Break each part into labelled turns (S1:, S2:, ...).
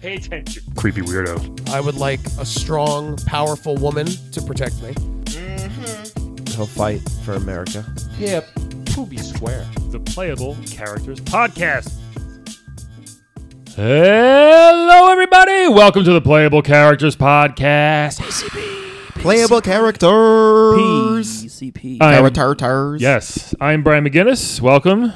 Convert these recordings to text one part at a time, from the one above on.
S1: Pay attention. Creepy weirdo.
S2: I would like a strong, powerful woman to protect me.
S3: He'll fight for America.
S4: Yeah, be square.
S1: The Playable Characters Podcast. Hello, everybody. Welcome to the Playable Characters Podcast.
S3: Playable characters.
S4: PCP.
S1: I am-
S3: Characters.
S1: yes, I'm Brian McGinnis. Welcome.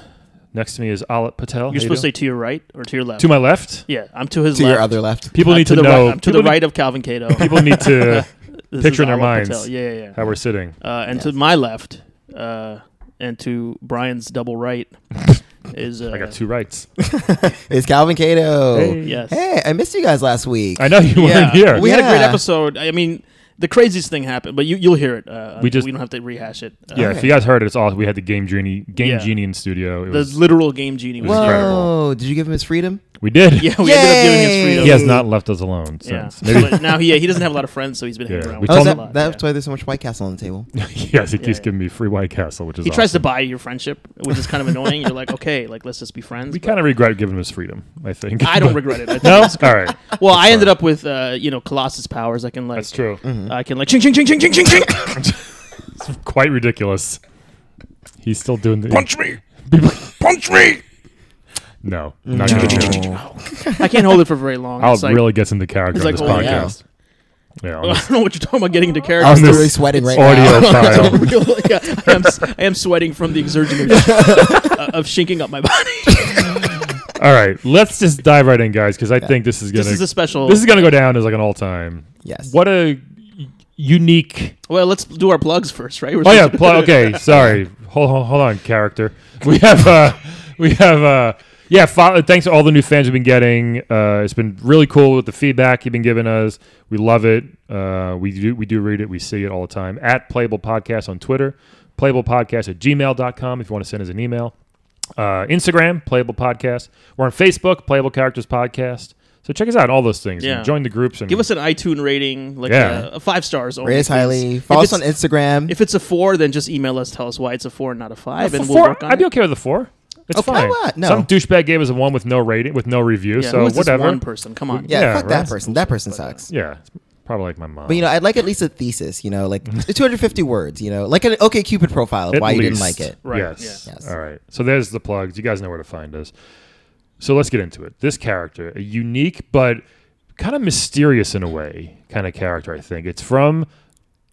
S1: Next to me is Alit Patel.
S4: You're supposed to say to your right or to your left.
S1: to my left.
S4: yeah, I'm to his
S3: To
S4: left.
S3: your other left.
S1: People
S4: I'm
S1: need
S4: to,
S1: to,
S4: the
S1: know.
S4: Right, I'm to
S1: people
S4: the right of Calvin Cato.
S1: People need to
S4: This
S1: picture in their
S4: is Alok
S1: minds.
S4: Patel. Yeah, yeah, yeah.
S1: how we're sitting.
S4: Uh, and to my left, uh, and to Brian's double right is. Uh,
S1: I got two rights.
S3: It's Calvin Cato.
S1: Hey.
S3: Hey.
S4: Yes.
S3: I missed you guys last week.
S1: I know you
S4: yeah.
S1: weren't here.
S4: We had a great
S3: Yeah.
S4: episode. I mean, the craziest thing happened, but you, you'll hear it. Uh,
S1: We just-
S4: we don't have to rehash it. Uh,
S1: yeah, if you guys heard it, it's all we had the game genie, game
S4: Yeah.
S1: genie in studio. It
S4: The
S1: was,
S4: literal game genie was.
S1: Well-
S3: Whoa.
S1: incredible.
S3: Did you give him his freedom?
S1: we did.
S4: Yeah, we ended up giving his
S3: Yay.
S4: freedom.
S1: He has not left us alone
S4: Yeah.
S1: since. Maybe,
S4: but now he he doesn't have a lot of friends, so he's been hanging
S1: Yeah, we
S4: around. with
S1: told
S3: Oh, is
S4: us a
S1: him-
S4: lot,
S3: that, that's
S4: yeah.
S3: why there's so much White Castle on the table.
S1: yes, he keeps
S4: yeah.
S1: giving me free White Castle, which is
S4: He tries to
S1: awesome.
S4: buy your friendship, which is kind of annoying. You're like, okay, like let's just be friends.
S1: We
S4: but
S1: kind of regret giving him his freedom. I think
S4: I don't
S1: But-
S4: regret it. I think
S1: No,
S4: it's-
S1: all right,
S4: Well, I ended up with uh, you know Colossus powers. I can like
S1: that's true.
S3: Mm-hmm.
S4: I can like ching ching ching ching ching ching ching.
S1: Quite ridiculous. He's still doing the
S5: Punch me! Punch me!
S1: No, not gonna do it.
S4: I can't hold it for very long.
S1: I'll
S4: It's like,
S1: really gets into character
S4: it's
S1: on
S4: like
S1: this
S4: oh, yeah.
S1: podcast. Yeah, on
S4: I
S1: this
S4: don't know what you're talking about getting into
S3: I
S4: character.
S3: was
S1: On this
S3: really sweating right
S4: Oh
S1: audio
S3: now.
S1: file.
S4: yeah, I am s- I am sweating from the exertion of, uh, of shinking up my body.
S1: All right, let's just dive right in, guys, because I think this is gonna
S4: this is a special.
S1: this is gonna go down as like an all time.
S3: Yes.
S1: What a y- unique.
S4: well, let's do our plugs first, right? We're
S1: Oh yeah.
S4: supposed to-
S1: Pl- okay. Sorry. Hold, hold hold on. Character. We have uh we have uh yeah. Fo- thanks to all the new fans we've been getting. Uh, it's been really cool with the feedback you've been giving us. We love it. Uh, we do we do read it. We see it all the time at Playable Podcast on Twitter, Playable Podcast at gmail.com if you want to send us an email. Uh, Instagram, Playable Podcast. We're on Facebook, Playable Characters Podcast. So check us out. All those things.
S4: Yeah.
S1: Join the groups and
S4: Give us an iTunes rating, like
S1: Yeah.
S4: uh a five stars. Only,
S3: Rate us
S4: please.
S3: highly.
S4: If
S3: Follow us
S4: it's-
S3: on Instagram.
S4: If it's a four, then just email us. Tell us why it's a four, and not a five,
S1: A
S4: and
S1: four,
S4: we'll work on
S1: I'd be
S4: it.
S1: okay with a four. It's
S3: Okay.
S1: fine.
S3: Why not? No.
S1: Some douchebag gave us a one with no rating, with no review.
S4: Yeah,
S1: so
S4: who is this
S1: whatever.
S4: one person? Come on.
S3: yeah,
S1: yeah,
S3: fuck
S1: right.
S3: that person. That person sucks.
S1: Yeah, it's probably like my mom.
S3: But you know, I'd like at least a thesis. You know, like 250 words. You know, like an OK Cupid profile of
S1: At
S3: why you didn't
S1: least.
S3: like it.
S4: Right,
S1: Yes.
S4: yeah.
S3: Yes.
S1: All right. So there's the plugs. You guys know where to find us. So let's get into it. This character, a unique but kind of mysterious in a way kind of character. I think it's from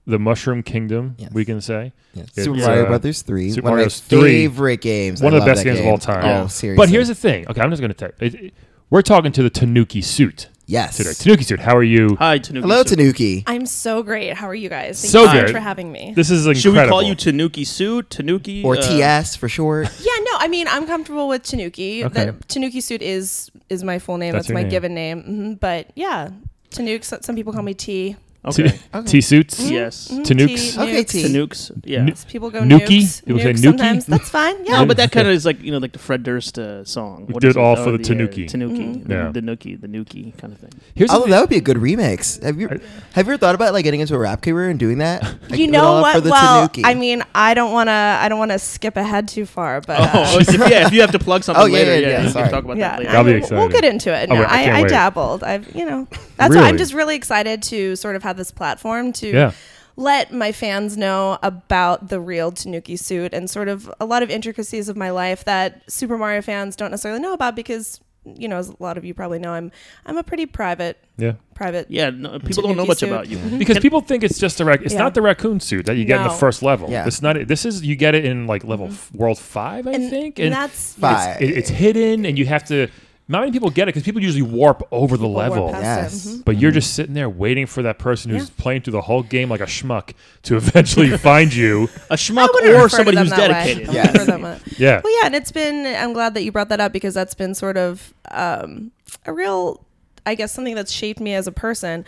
S1: the Mushroom Kingdom.
S3: Yes.
S1: We can say.
S3: Yeah.
S1: It's,
S3: Super Mario
S1: uh,
S3: Brothers Three,
S1: Super
S3: one
S1: Mario
S3: of my
S1: 3.
S3: favorite games,
S1: One
S3: I
S1: of the
S3: love
S1: best
S3: that
S1: games
S3: game.
S1: of all time.
S3: Oh,
S4: Yeah.
S3: seriously.
S1: But here's the thing. Okay, I'm just going to tell it, it- We're talking to the Tanuki suit
S3: yes.
S1: today. Tanuki suit. How are you?
S4: Hi, Tanuki.
S3: Hello,
S4: Soup.
S3: Tanuki.
S6: I'm so great. How are you guys? Thank
S1: So
S6: you so much
S1: good.
S6: for having me.
S1: This is
S4: Should
S1: incredible.
S4: we call you Tanuki Suit? Tanuki
S3: or
S4: uh,
S3: TS for short.
S6: yeah, no, I mean, I'm comfortable with Tanuki.
S1: Okay.
S6: That Tanuki suit is is my full name.
S1: That's
S6: That's,
S1: your
S6: my
S1: name.
S6: given name. hmm But yeah, Tanuk. so- Some people call me T.
S4: Okay. Mm-hmm.
S1: T suits.
S4: yes.
S6: Mhm,
S1: Tanooks?
S6: T,
S3: Okay,
S6: nukes.
S3: T.
S4: Tanukes. Yeah.
S1: Nu-
S6: People go
S1: Nuki?
S6: nukes.
S1: People say
S6: Nukes
S1: Nuki?
S6: sometimes. That's fine. Yeah.
S4: No, but that kind of is like you know, like the Fred Durst uh, song.
S1: Did
S4: is
S1: all for the
S4: uh,
S1: Tanuki.
S4: Tanuki.
S3: Mm-hmm.
S4: The,
S1: Yeah.
S4: the Nuki. The Nuki kind of thing.
S1: Here's the
S3: Although
S1: thing.
S3: Oh, that would be a good remix. Have you have you ever thought about like getting into a rap career and doing that? Like,
S6: you
S3: all
S6: know
S3: for
S6: what?
S3: the
S6: Well,
S3: Tanuki.
S6: I mean, I don't want to. I don't want to skip ahead too far, but. uh,
S4: Oh, if, yeah. If you have to plug something
S3: Oh, yeah,
S4: later,
S3: yeah, yeah,
S4: you
S3: sorry.
S4: can talk about
S6: yeah,
S4: that later.
S1: That'll be
S6: I mean, we'll
S1: exciting.
S6: get into it.
S1: Oh,
S6: No,
S1: wait, I
S6: I,
S1: can't
S6: I,
S1: wait.
S6: dabbled. I've, you know, that's why
S1: Really?
S6: I'm just really excited to sort of have this platform to
S1: Yeah.
S6: let my fans know about the real Tanuki suit and sort of a lot of intricacies of my life that Super Mario fans don't necessarily know about because, you know, as a lot of you probably know, I'm I'm a pretty private,
S1: Yeah.
S4: Mm-hmm.
S6: private.
S4: Yeah. No, people don't know
S6: Tanuki
S4: much
S6: suit.
S4: about you.
S1: Because people think it's just a rac- it's
S6: Yeah.
S1: not the raccoon suit that you get in the
S6: No.
S1: first level.
S3: Yeah.
S1: It's not. it. This is you get it in like level
S4: Mm-hmm.
S1: f- world five, I
S6: And,
S1: think.
S6: and
S1: And
S6: that's
S3: Five.
S1: it, it's hidden, and you have to. Not many people get it because people usually warp over the
S6: we're
S1: level.
S6: past it.
S3: yes.
S6: Mhm.
S1: But
S4: Mm-hmm.
S1: you're just sitting there waiting for that person who's playing through the whole game like a schmuck to eventually find you.
S4: A schmuck
S6: I wouldn't
S4: or
S6: refer to
S4: somebody
S6: them
S4: who's
S6: that way.
S4: dedicated.
S6: I wouldn't
S3: Yes.
S6: refer to them that-
S1: Yeah.
S6: Well, yeah, and it's been. I'm glad that you brought that up because that's been sort of um, a real, I guess, something that's shaped me as a person.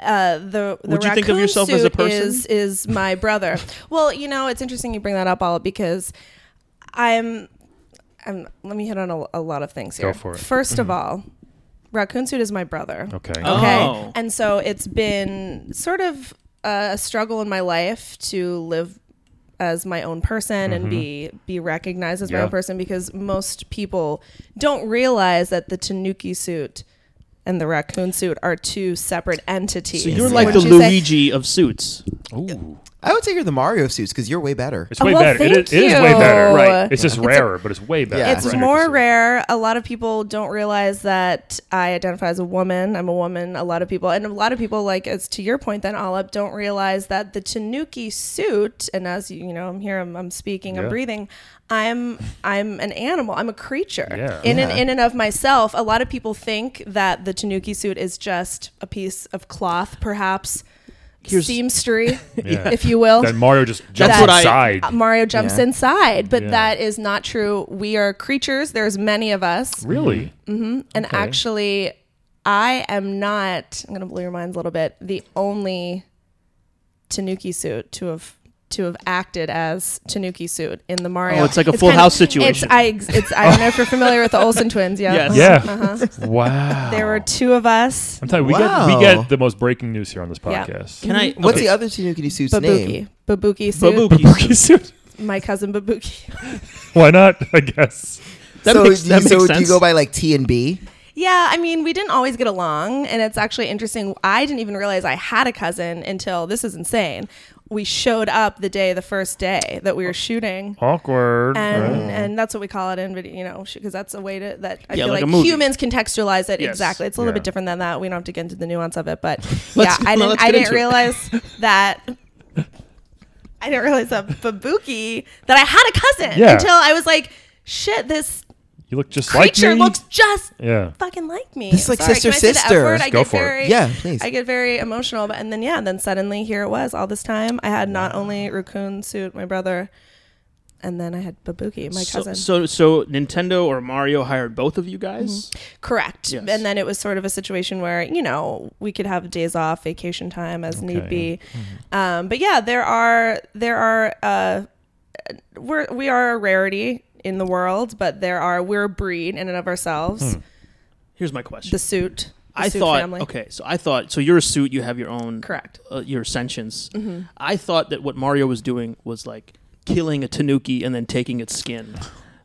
S6: Uh, the the
S4: Would you
S6: raccoon
S4: think of yourself
S6: suit
S4: as a person?
S6: is is my brother. well, you know, it's interesting you bring that up, all because I'm. I'm. Let me hit on a, a lot of things
S1: Go
S6: here.
S1: for it.
S6: First
S4: Mm-hmm.
S6: of all, raccoon suit is my brother.
S1: Okay.
S4: Oh.
S6: Okay.
S4: Oh.
S6: And so it's been sort of a struggle in my life to live as my own person and be be recognized as my
S1: Yeah.
S6: own person because most people don't realize that the tanuki suit and the raccoon suit are two separate entities.
S4: So you're like the
S6: wouldn't you say?
S4: Luigi of suits.
S1: Ooh.
S3: I would say you're the Mario of suits because you're way better.
S1: It's way
S6: Oh, Well,
S1: better. It is,
S6: thank
S1: it is way better.
S6: you.
S1: Right. It's just rarer, but it's way better.
S3: Yeah.
S6: It's
S3: Right.
S6: more rare. A lot of people don't realize that I identify as a woman. I'm a woman. A lot of people, and a lot of people, like as to your point, then Olive, don't realize that the Tanuki suit. And as you, you know, I'm here. I'm, I'm speaking.
S1: Yeah.
S6: I'm breathing. I'm I'm an animal. I'm a creature.
S1: Yeah.
S6: In and
S3: Yeah.
S6: in and of myself. A lot of people think that the Tanuki suit is just a piece of cloth, perhaps.
S4: Here's-
S6: seamstery,
S1: Yeah.
S6: if you will.
S1: That Mario just jumps
S6: That's what I-
S1: inside.
S6: Uh, Mario jumps
S3: Yeah.
S6: inside, but
S1: Yeah.
S6: that is not true. We are creatures. There's many of us,
S1: really?
S6: and actually, I am not. I'm gonna blow your minds a little bit. The only Tanuki suit to have to have acted as Tanuki suit in the Mario.
S4: Oh, it's like a Full
S6: kind
S4: House situation.
S6: It's I. It's I don't know if you're familiar with the Olsen twins. Yeah.
S4: Yes.
S1: Yeah.
S6: Uh-huh.
S1: Wow.
S6: There were two of us.
S1: I'm telling you, we get
S3: Wow.
S1: we get the most breaking news here on this
S6: Yeah.
S1: podcast.
S4: Can I?
S3: What's
S4: okay.
S3: the other Tanuki suit's name?
S6: Babuki. Babuki suit.
S4: Babuki.
S6: My cousin Babuki.
S1: Why not? I guess.
S4: That
S3: so
S4: makes-
S3: do
S4: that
S3: you, so
S4: makes
S3: do you
S4: sense.
S3: go by like T and B?
S6: Yeah, I mean, we didn't always get along, and it's actually interesting. I didn't even realize I had a cousin until this is insane. We showed up the day, the first day that we were shooting,
S1: Awkward.
S6: and
S1: Oh.
S6: and that's what we call it in video, you know, because that's a way to that I
S4: Yeah,
S6: feel
S4: like
S6: like,
S4: a movie.
S6: humans contextualize it
S4: Yes.
S6: exactly. It's a little
S1: Yeah.
S6: bit different than that. We don't have to get into the nuance of it, but yeah,
S4: Let's- no,
S6: I didn't
S4: let's
S6: I
S4: get
S6: didn't
S4: into it.
S6: realize that. I didn't realize that Babuki that I had a cousin
S1: Yeah.
S6: until I was like, shit, this
S1: You look just like
S6: creature
S1: me.
S6: looks just
S1: yeah.
S6: fucking like me.
S3: This is like
S6: Sorry,
S3: sister,
S6: can I say the F
S3: sister.
S6: word? I
S1: Go
S6: get
S1: for it.
S6: very,
S3: Yeah, please.
S6: I get very emotional, but and then yeah, then suddenly here it was. All this time, I had not only Raccoon suit, my brother, and then I had Babuki, my
S4: So,
S6: cousin.
S4: so, so Nintendo or Mario hired both of you guys.
S6: Mm-hmm. Correct.
S4: Yes.
S6: And then it was sort of a situation where you know we could have days off, vacation time as need be.
S4: Mm-hmm.
S6: Um, but yeah, there are there are uh, we're we are a rarity in the world, but there are we're a breed in and of ourselves.
S4: Here's my question.
S6: The suit. The
S4: Hmm. I
S6: suit
S4: thought.
S6: family.
S4: Okay, so I thought. So you're a suit. You have your own.
S6: Correct. Mm-hmm.
S4: Uh, your sentience. I thought that what Mario was doing was like killing a tanuki and then taking its skin.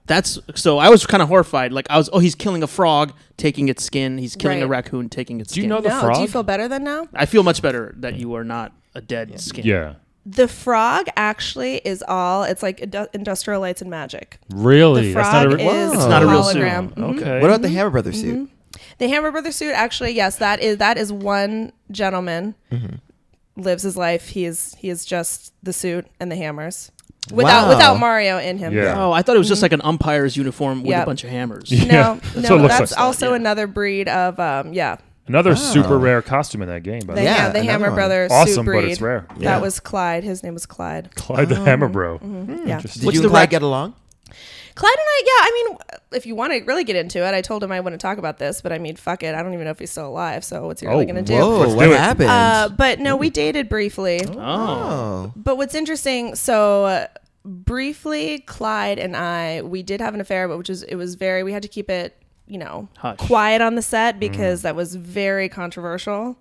S4: That's so. I was kind of horrified. Like I was. Oh, he's killing a frog, taking its skin. He's killing a
S6: Right.
S4: raccoon, taking its
S1: Do you
S4: skin.
S1: know the
S6: No,
S1: frog?
S6: do you feel better than now?
S4: I feel much better that you are not a dead skin.
S1: yeah.
S6: The frog actually is all. It's like indu- industrial lights and magic.
S1: Really?
S6: the frog
S1: re-
S6: is
S3: It's not a real Oh.
S4: suit.
S6: hologram. Mhm.
S1: Okay.
S3: What about the Hammer Brothers suit?
S6: The Hammer Brother suit actually, yes, that is that is one gentleman
S3: Mm-hmm.
S6: lives his life. He is he is just the suit and the hammers without
S3: Wow.
S6: without Mario in him.
S1: Yeah.
S4: Oh, I thought it was just
S6: Mm-hmm.
S4: like an umpire's uniform with
S6: Yeah.
S4: a bunch of hammers.
S1: Yeah,
S6: No,
S1: that's what it
S6: no,
S1: looks
S6: that's
S1: like.
S6: also
S4: Yeah.
S6: another breed of um, yeah.
S1: Another super rare costume in that game, by the
S6: The,
S1: way.
S3: Yeah,
S6: yeah, the
S3: another
S6: Hammer
S3: one.
S6: Brother
S1: Awesome, but
S6: suit breed.
S1: it's rare.
S3: Yeah.
S6: That was Clyde. His name was Clyde.
S1: Clyde the Hammer Bro.
S6: Oh. Mm-hmm.
S1: Hmm,
S6: Yeah.
S3: Did
S4: What's
S3: you
S4: the
S3: and Clyde
S4: rac-
S3: get along?
S6: Clyde and I, yeah, I mean, if you want to really get into it, I told him I wouldn't talk about this, but I mean, fuck it. I don't even know if he's still alive, so what's he really
S1: Oh,
S6: going to do?
S3: Whoa,
S1: Let's
S3: what
S1: do it.
S3: happened?
S6: Uh, but no, we dated briefly.
S4: Oh.
S3: oh,
S6: But what's interesting, so uh, briefly, Clyde and I, we did have an affair, but which was, it was very, we had to keep it, you know,
S4: Hush.
S6: quiet on the set because that was very controversial.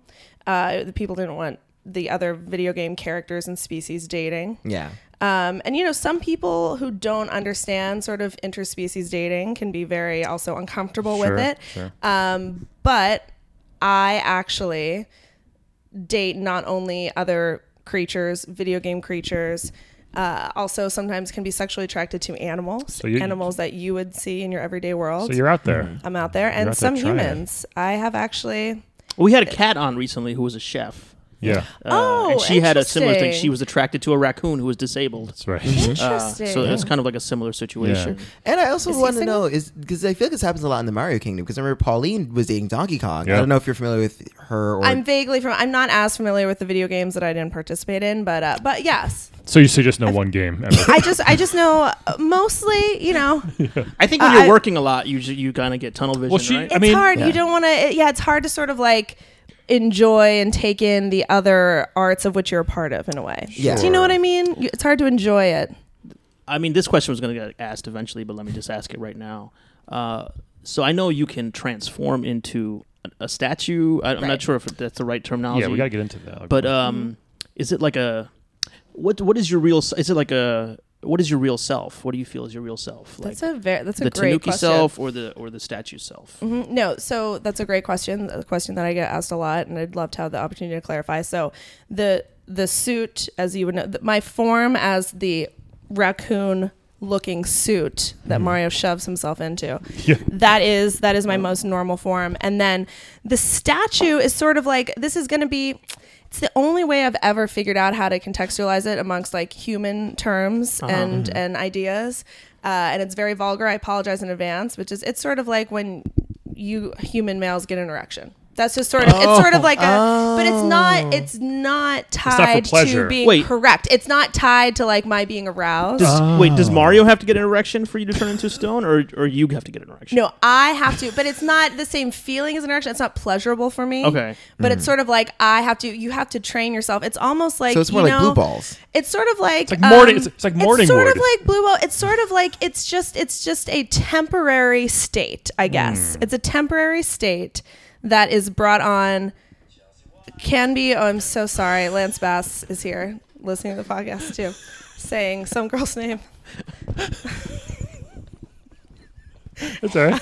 S6: Uh, the people didn't want the other video game characters and species dating.
S3: yeah.
S6: Um, and you know, some people who don't understand sort of interspecies dating can be very also uncomfortable
S1: Sure,
S6: with it.
S1: sure.
S6: Um, but I actually date not only other creatures, video game creatures, uh, also sometimes can be sexually attracted to animals,
S1: you-
S6: animals that you would see in your everyday world.
S1: So you're out there.
S6: I'm out there, and
S1: out there
S6: some
S1: trying it.
S6: humans. I have actually.
S4: We had a cat on recently who was a chef.
S1: Yeah.
S4: Uh,
S6: Oh,
S4: and she had a similar thing.
S6: interesting.
S4: She was attracted to a raccoon who was disabled.
S1: That's right.
S4: Uh,
S6: Interesting.
S4: so it's kind of like a similar situation.
S1: Yeah.
S3: And I also
S6: Is he
S3: want to
S6: single?
S3: know is because I feel like this happens a lot in the Mario Kingdom because I remember Pauline was dating Donkey Kong.
S1: Yeah.
S3: I don't know if you're familiar with her or
S6: I'm vaguely from. I'm not as familiar with the video games that I didn't participate in, but uh, but yes,
S1: So you suggest no one game ever.
S6: I just I just know uh, mostly, you know,
S4: I think when
S6: Uh,
S4: you're
S6: I-
S4: working a lot, you ju- you kind of get tunnel vision,
S1: Well, she-
S4: right?
S1: I
S6: it's
S1: mean-
S6: hard.
S3: Yeah.
S6: You don't want to. Yeah, it's hard to sort of like enjoy and take in the other arts of which you're a part of in a way.
S3: Yeah.
S6: Do you know what I mean? You- It's hard to enjoy it.
S4: I mean, this question was going to get asked eventually, but let me just ask it right now. Uh, so I know you can transform into a, a statue. I, I'm not
S6: Right.
S4: sure if that's the right terminology.
S1: yeah, we got to
S4: uh,
S1: get into that.
S4: But um, is it like a what? What is your real? s- Is it like a what is your real self? What do you feel is your real self? Like
S6: That's a very that's a
S4: the
S6: great
S4: Tanuki
S6: question.
S4: self or the or the statue self?
S6: Mhm. No, so that's a great question. A question that I get asked a lot, and I'd love to have the opportunity to clarify. So the the suit, as you would know, th- my form as the raccoon looking suit that Mario shoves himself into. That is that is my most normal form. And then the statue is sort of like this is going to be it's the only way I've ever figured out how to contextualize it amongst like human terms and and ideas. Uh, and it's very vulgar. I apologize in advance, which is it's sort of like when you human males get an erection. That's just sort of it's sort of like a, but it's not it's not
S1: for
S6: tied
S1: pleasure.
S6: to being
S4: Wait.
S6: correct. It's not tied to like my being aroused.
S4: Does- Wait, does Mario have to get an erection for you to turn into a stone, or or you have to get an erection?
S6: No, I have to, but it's not the same feeling as an erection. It's not pleasurable for me.
S4: Okay.
S6: but
S1: Mm.
S6: it's sort of like I have to. You have to train yourself. It's almost like
S3: So it's more
S6: you
S3: like
S6: know,
S3: blue balls.
S6: It's sort of like, um,
S1: like morning- it's- it's like morning
S6: It's sort
S1: wood.
S6: of like blue ball. It's sort of like it's just it's just a temporary state, I guess.
S1: Mm.
S6: It's a temporary state that is brought on. Can be. Oh, I'm so sorry. Lance Bass is here listening to the podcast too, saying some girl's name.
S1: That's all right.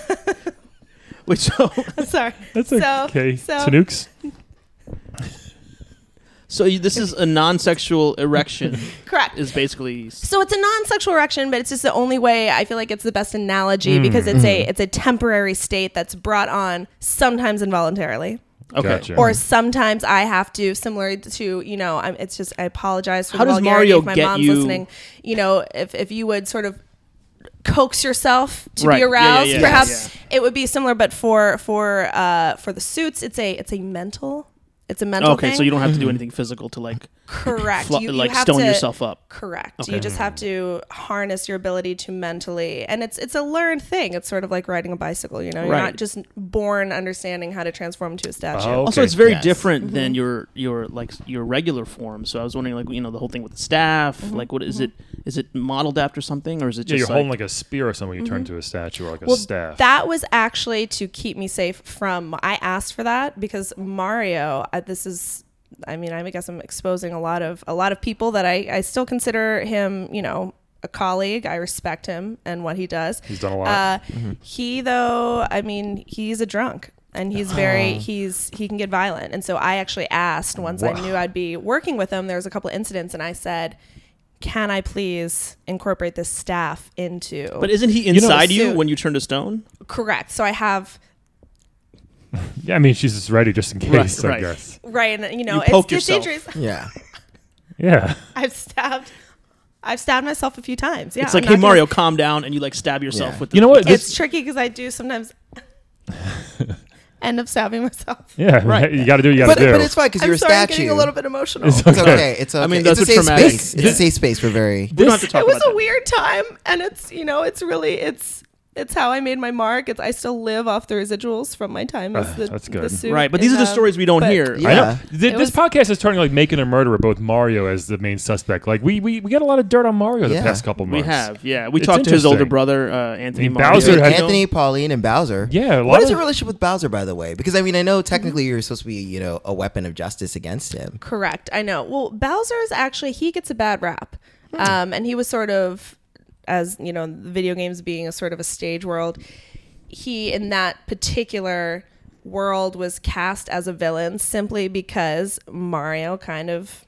S4: Wait, so
S6: I'm sorry.
S1: That's
S6: So-
S1: okay.
S6: so-
S1: Tanooks.
S4: so you, this is a non-sexual erection
S6: Correct.
S4: is basically s-
S6: So it's a non-sexual erection, but it's just the only way I feel like it's the best analogy
S4: Mm,
S6: because it's a it's a temporary state that's brought on sometimes involuntarily,
S4: okay.
S1: Gotcha.
S6: or sometimes I have to, similar to you know, I'm, it's just I apologize for
S4: How
S6: the
S4: does
S6: vulgarity
S4: Mario
S6: if my
S4: get
S6: mom's
S4: you-
S6: listening. You know, if if you would sort of coax yourself to
S4: Right.
S6: be
S4: Yeah, yeah,
S6: aroused,
S4: yeah.
S6: perhaps
S4: Yes.
S6: it would be similar. But for for uh, for the suits, it's a it's a mental. It's a mental
S4: Okay,
S6: thing.
S4: so you don't have to do anything physical to like
S6: correct.
S4: fl-
S6: you, you
S4: like
S6: have
S4: stone
S6: to-
S4: yourself up.
S6: Correct.
S4: Okay.
S6: You just have to harness your ability to mentally, and it's it's a learned thing. It's sort of like riding a bicycle. You know, you're
S4: Right.
S6: not just born understanding how to transform into a statue.
S1: Oh.
S4: Also,
S1: Okay,
S4: it's very
S3: yes.
S4: different
S6: Mm-hmm.
S4: than your your like your regular form. So I was wondering, like you know, the whole thing with the staff.
S6: Mm-hmm.
S4: Like, what is it? Is it modeled after something, or is it
S1: Yeah,
S4: just
S1: you're
S4: like,
S1: holding like a spear or something. You turn to a statue or like a staff.
S6: That was actually to keep me safe from. I asked for that because Mario. I, this is. I mean, I guess I'm exposing a lot of a lot of people that I I still consider him. You know. A colleague, I respect him and what he does.
S1: He's done a lot.
S6: Uh,
S4: Mm-hmm.
S6: He though, I mean, he's a drunk and he's very he's he can get violent. And so I actually asked once I knew I'd be working with him. There was a couple incidents, and I said, "Can I please incorporate this staff into?"
S4: But isn't he inside you,
S6: suit.
S4: when you turn to stone?
S6: Correct. So I have
S1: yeah, I mean she's just ready just in
S4: Right,
S1: case. I
S4: right.
S1: guess.
S6: right, and you know,
S4: You
S6: it's,
S4: poke
S6: it's
S4: yourself.
S6: dangerous.
S3: Yeah.
S1: Yeah.
S6: I've stabbed, I've stabbed myself a few times. Yeah,
S4: it's like,
S6: I'm
S4: hey
S6: not gonna-
S4: Mario, calm down, and you like stab yourself
S3: Yeah.
S4: with. The,
S1: You know what?
S6: It's
S1: This,
S6: tricky because I do sometimes end up stabbing myself.
S1: yeah.
S4: Right.
S1: You got to do. what You got
S3: But,
S1: to do.
S3: but it's fine because
S6: I'm
S3: you're a
S6: sorry, I'm
S3: statue.
S6: getting a little bit emotional.
S1: It's
S3: It's okay. It's okay.
S4: I mean,
S3: it's
S4: that's
S3: a
S4: a
S3: safe
S4: traumatic-
S3: space. It's a safe space. We're very.
S4: we don't have to talk
S6: it was
S4: about
S6: a
S4: that.
S6: weird time and it's you know it's really it's it's how i made my mark it's i still live off the residuals from my time as
S4: Ah,
S1: Uh,
S6: the,
S1: that's
S6: the
S1: good.
S6: suit
S4: Right, but
S6: in
S4: these are the
S6: the-
S4: stories we don't
S6: um, but-
S4: hear.
S1: I
S3: Yeah.
S1: know. Th-
S6: It
S1: this
S6: was-
S1: podcast is turning like making a murderer both Mario as the main suspect. Like we we, we got a lot of dirt on Mario the
S3: Yeah.
S1: past couple
S4: We
S1: months.
S4: have, yeah. We
S1: It's
S4: talked to his older
S1: interesting.
S4: brother, uh, Anthony
S1: mean,
S4: Mario.
S1: Bowser
S3: Between
S1: had-
S3: Anthony, Pauline, and Bowser.
S1: Yeah, a lot
S3: What is
S1: of-
S3: your relationship with Bowser, by the way? Because I mean, I know technically you're supposed to be, you know, a weapon of justice against him.
S6: correct i know well bowser is actually he gets a bad rap
S4: Hmm.
S6: um and he was sort of as you know video games being a sort of a stage world he in that particular world was cast as a villain simply because mario kind of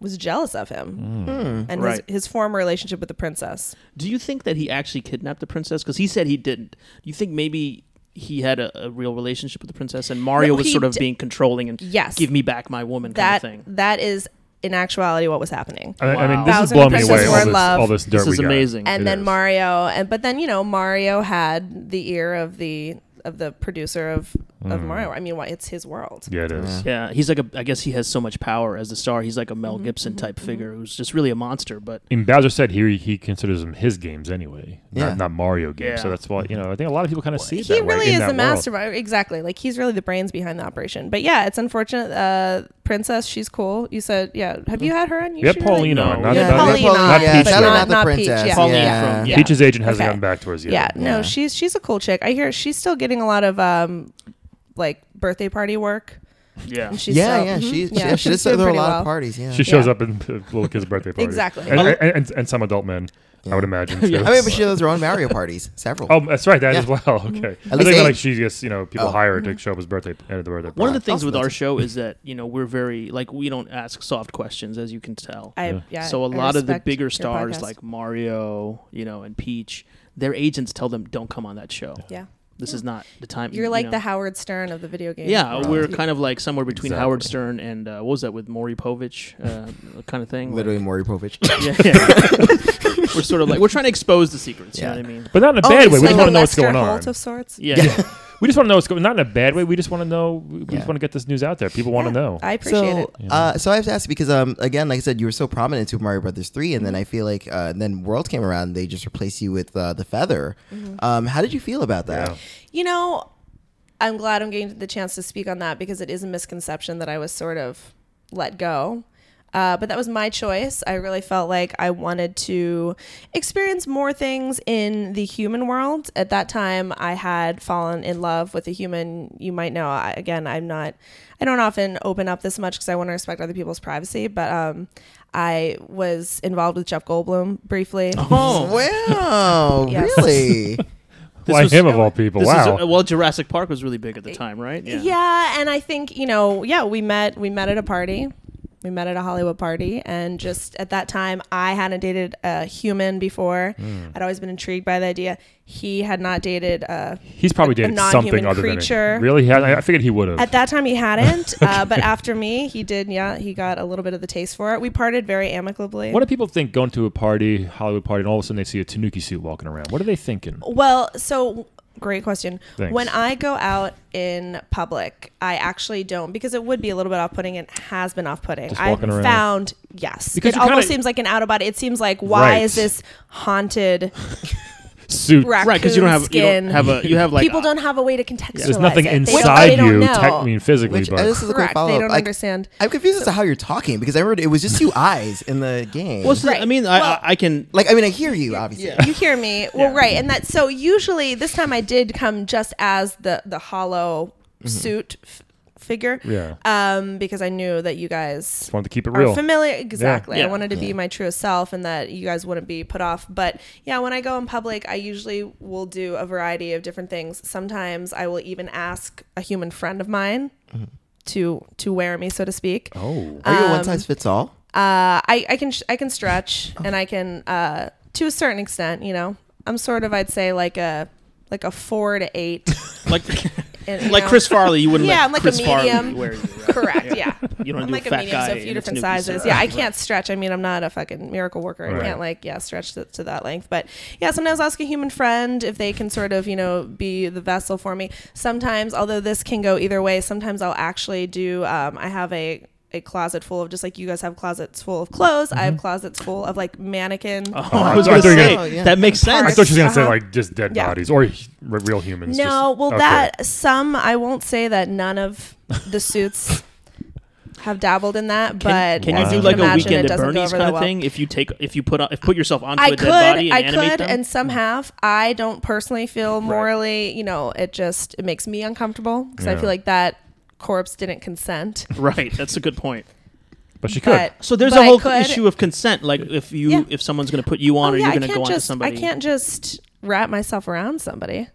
S6: was jealous of him
S4: Hmm.
S6: and
S4: Right.
S6: his, his former relationship with the princess
S4: Do you think that he actually kidnapped the princess? Because he said he didn't. Do you think maybe he had a, a real relationship with the princess, and Mario
S6: No,
S4: was
S6: he
S4: sort of
S6: d-
S4: being controlling and
S6: Yes.
S4: give me back my woman
S6: that
S4: kind of thing?
S6: that is in actuality what was happening.
S1: I, I mean,
S4: Wow.
S1: this is
S6: Bowser
S1: blowing
S6: and
S1: me
S6: the
S1: away.
S6: Princess
S1: All
S6: Were
S1: this,
S6: in Love.
S1: all this dirt.
S4: This is
S1: we got.
S4: amazing.
S6: and
S1: It
S6: then
S1: is.
S6: Mario and but then you know Mario had the ear of the of the producer of of Mario. I mean, why it's his world.
S1: Mm. Yeah, it is.
S4: Yeah, he's like a. I guess he has so much power as the star. He's like a Mel
S6: Mm-hmm,
S4: Gibson type figure who's just really a monster. But
S1: And Bowser said he he considers them his games anyway,
S3: Yeah.
S1: not, not Mario games. So
S4: Yeah.
S1: that's why you know I think a lot of people kind of see it
S6: He
S1: that way
S6: really
S1: in
S6: is
S1: that
S6: the
S1: world.
S6: mastermind. Exactly. Like he's really the brains behind the operation. But yeah, it's unfortunate. Uh, Princess, she's cool. You said, yeah. Have you had her on? You
S1: We had
S6: should
S1: Pauline
S4: No.
S1: on, not,
S4: Yeah,
S1: not,
S6: Pauline
S1: not,
S6: on,
S1: not
S6: yeah,
S1: Peach
S6: but
S1: yet.
S6: not- not Peach, yeah.
S3: princess.
S4: Pauline
S3: Yeah.
S4: from- yeah.
S1: Peach's agent hasn't
S6: Okay.
S1: gotten back towards you.
S6: Yeah,
S3: Yeah.
S6: no, she's she's a cool chick. I hear she's still getting a lot of um like birthday party work.
S4: Yeah.
S6: And she's
S3: yeah,
S6: dope.
S3: yeah,
S6: Mhm.
S3: she,
S6: Yeah,
S3: yeah, she
S6: she's
S3: does throw
S6: doing
S3: a
S6: pretty
S3: lot
S6: well.
S3: of parties. Yeah,
S1: She shows
S6: Yeah.
S1: up in little kids' birthday parties.
S6: Exactly.
S1: And,
S4: I lo-
S1: and, and, and some adult men, I would imagine. Too.
S4: Yeah.
S3: I mean, but she does her own Mario parties, several.
S1: Oh, that's right. That
S3: Yeah.
S1: as well. Okay. I
S3: least
S1: think
S3: eight.
S1: like she gets, you know, people
S3: Oh.
S1: hire her to show up his birthday at the birthday.
S4: One of
S1: party.
S4: the things with
S3: Awesome.
S4: our show is that you know we're very like we don't ask soft questions, as you can tell.
S6: I, yeah,
S4: so a
S6: I
S4: lot of the
S6: respect your
S4: bigger stars
S6: podcast.
S4: like Mario, you know, and Peach, their agents tell them don't come on that show.
S6: yeah,
S4: This is not the time.
S6: you're
S4: you
S6: like
S4: know.
S6: the Howard Stern of the video game.
S4: Yeah,
S6: world.
S4: we're kind of like somewhere between Howard
S1: Exactly.
S4: Stern and uh, what was that with Mori Povich, uh, kind of thing.
S3: Literally, Maury Povich.
S4: yeah, yeah. we're sort of like we're trying to expose the secrets. You
S3: Yeah.
S4: know what I mean?
S1: but not in a
S6: Oh,
S1: bad
S6: it's
S1: way. We
S6: like
S1: just
S6: a
S1: want to know what's
S6: Lester
S1: going on.
S6: Holt of sorts.
S4: Yeah.
S1: We just want to know what's going. Not in a bad way. We just want to know. We
S3: Yeah.
S1: just want to get this news out there. People want to
S6: Yeah,
S1: know.
S6: I appreciate
S3: so,
S6: it.
S3: Uh, so I have to ask because, um, again, like I said, you were so prominent in Super Mario Brothers three, and then
S6: Mm-hmm.
S3: I feel like, uh, and then World came around, and they just replaced you with uh, the Feather.
S6: Mm-hmm.
S3: Um, how did you feel about that?
S1: Yeah.
S6: You know, I'm glad I'm getting the chance to speak on that because it is a misconception that I was sort of let go. Uh, but that was my choice. I really felt like I wanted to experience more things in the human world. At that time, I had fallen in love with a human. You might know. I, again, I'm not. I don't often open up this much because I want to respect other people's privacy. But um, I was involved with Jeff Goldblum briefly.
S4: Oh,
S3: Wow,
S6: Yes.
S3: really?
S1: Why
S4: was-
S1: him of all people?
S4: This
S1: Wow.
S4: is- well, Jurassic Park was really big at the time, right?
S6: Yeah. and I think you know, yeah, we met we met at a party. We met at a Hollywood party, and just at that time, I hadn't dated a human before. I'd always been intrigued by the idea. He had not dated. Uh,
S1: He's probably
S6: a- a
S1: dated
S6: non-human
S1: something other
S6: creature.
S1: than it. Really? Yeah, I, I figured he would have.
S6: at that time, he hadn't, uh, but after me, he did. Yeah, he got a little bit of the taste for it. We parted very amicably.
S1: What do people think going to a party, Hollywood party, and all of a sudden they see a Tanuki suit walking around? What are they thinking?
S6: Well, so great question.
S1: Thanks.
S6: When I go out in public, I actually don't because it would be a little bit off-putting and has been off-putting.
S1: Just
S6: I've
S1: walking around.
S6: found yes,
S1: Because
S6: it
S1: you kinda-
S6: almost seems like an out about it. It seems like why
S1: Right.
S6: is this haunted
S1: Suit.
S6: raccoon
S4: Right, because you don't have
S6: skin?
S4: you don't have a you have like uh,
S6: people
S4: a-
S6: don't have a way to contextualize.
S1: There's nothing
S6: it. They don't-
S1: inside
S6: they don't
S1: you,
S6: know.
S1: tech, I mean, physically,
S3: Which uh,
S1: but
S3: this is a quick
S6: Correct. They
S3: follow up.
S6: don't understand.
S3: I'm confused as to how you're talking because I remember it was just you eyes in the game.
S4: Well, it's not- I mean, I, I, I can.
S3: like I mean, I hear you obviously.
S6: you hear me well right and that so usually this time i did come just as the the hollow suit f- figure
S1: Mm-hmm. Yeah.
S6: um because i knew that you guys
S1: just wanted to keep it
S6: are
S1: real.
S6: familiar exactly
S4: Yeah.
S6: i wanted to be my truest self and that you guys wouldn't be put off but yeah when i go in public i usually will do a variety of different things sometimes i will even ask a human friend of mine
S4: Mm-hmm.
S6: to to wear me so to speak
S1: Oh.
S3: Are you
S6: Um,
S3: a one size fits all?
S6: uh, I, I can sh- I can stretch and I can uh, to a certain extent, you know. I'm sort of I'd say like a like a four to eight.
S4: like
S6: and, you
S4: like
S6: know.
S4: Chris Farley, you wouldn't
S6: Yeah,
S4: let
S6: I'm like a
S4: Chris Farley
S6: medium.
S4: wear you. Right?
S6: Correct, yeah.
S4: You don't
S6: I'm
S4: do
S6: like a
S4: fat
S6: medium,
S4: guy
S6: so a
S4: in
S6: few
S4: a
S6: different
S4: Snoopy
S6: sizes.
S4: suit.
S6: Yeah, I can't stretch. I mean, I'm not a fucking miracle worker. I
S1: Right.
S6: can't like yeah stretch to, to that length. But yeah, sometimes I'll ask a human friend if they can sort of you know be the vessel for me. Sometimes, although this can go either way, sometimes I'll actually do. Um, I have a a closet full of just like you guys have closets full of clothes. I have closets full of like mannequin.
S4: Mm-hmm. Oh, I was
S1: I
S4: going
S1: thought
S4: to
S1: you were
S4: say
S3: gonna-
S4: that makes
S1: I
S4: sense.
S1: thought she was going to say,
S6: Uh-huh.
S1: like, just dead
S6: Yeah.
S1: bodies or h- r- real humans.
S6: No,
S1: just-
S6: well,
S1: okay.
S6: that some I won't say that none of the suits have dabbled in that,
S4: Can,
S6: but
S4: can
S6: as
S4: you do like
S6: can
S4: a
S6: imagine, it
S4: weekend at
S6: doesn't go
S4: Bernie's
S6: over
S4: kind
S6: that
S4: of
S6: well.
S4: thing? If you take, if you put on, if put yourself onto
S6: I
S4: a
S6: could,
S4: dead body and
S6: I
S4: animate
S6: could,
S4: them. Mm-hmm.
S6: and some have. I don't personally feel morally, you know, it just it makes me uncomfortable because I
S1: Yeah.
S6: feel like that corpse didn't consent.
S4: right, that's a good point.
S1: But she could.
S6: But
S4: So there's
S6: but
S4: a
S6: I
S4: whole
S6: could-
S4: issue of consent. Like if you,
S6: Yeah.
S4: if someone's going to put you on,
S6: Oh,
S4: or
S6: yeah,
S4: you're
S6: I
S4: going to
S6: can't
S4: go on to
S6: just I
S4: somebody.
S6: can't just wrap myself around somebody.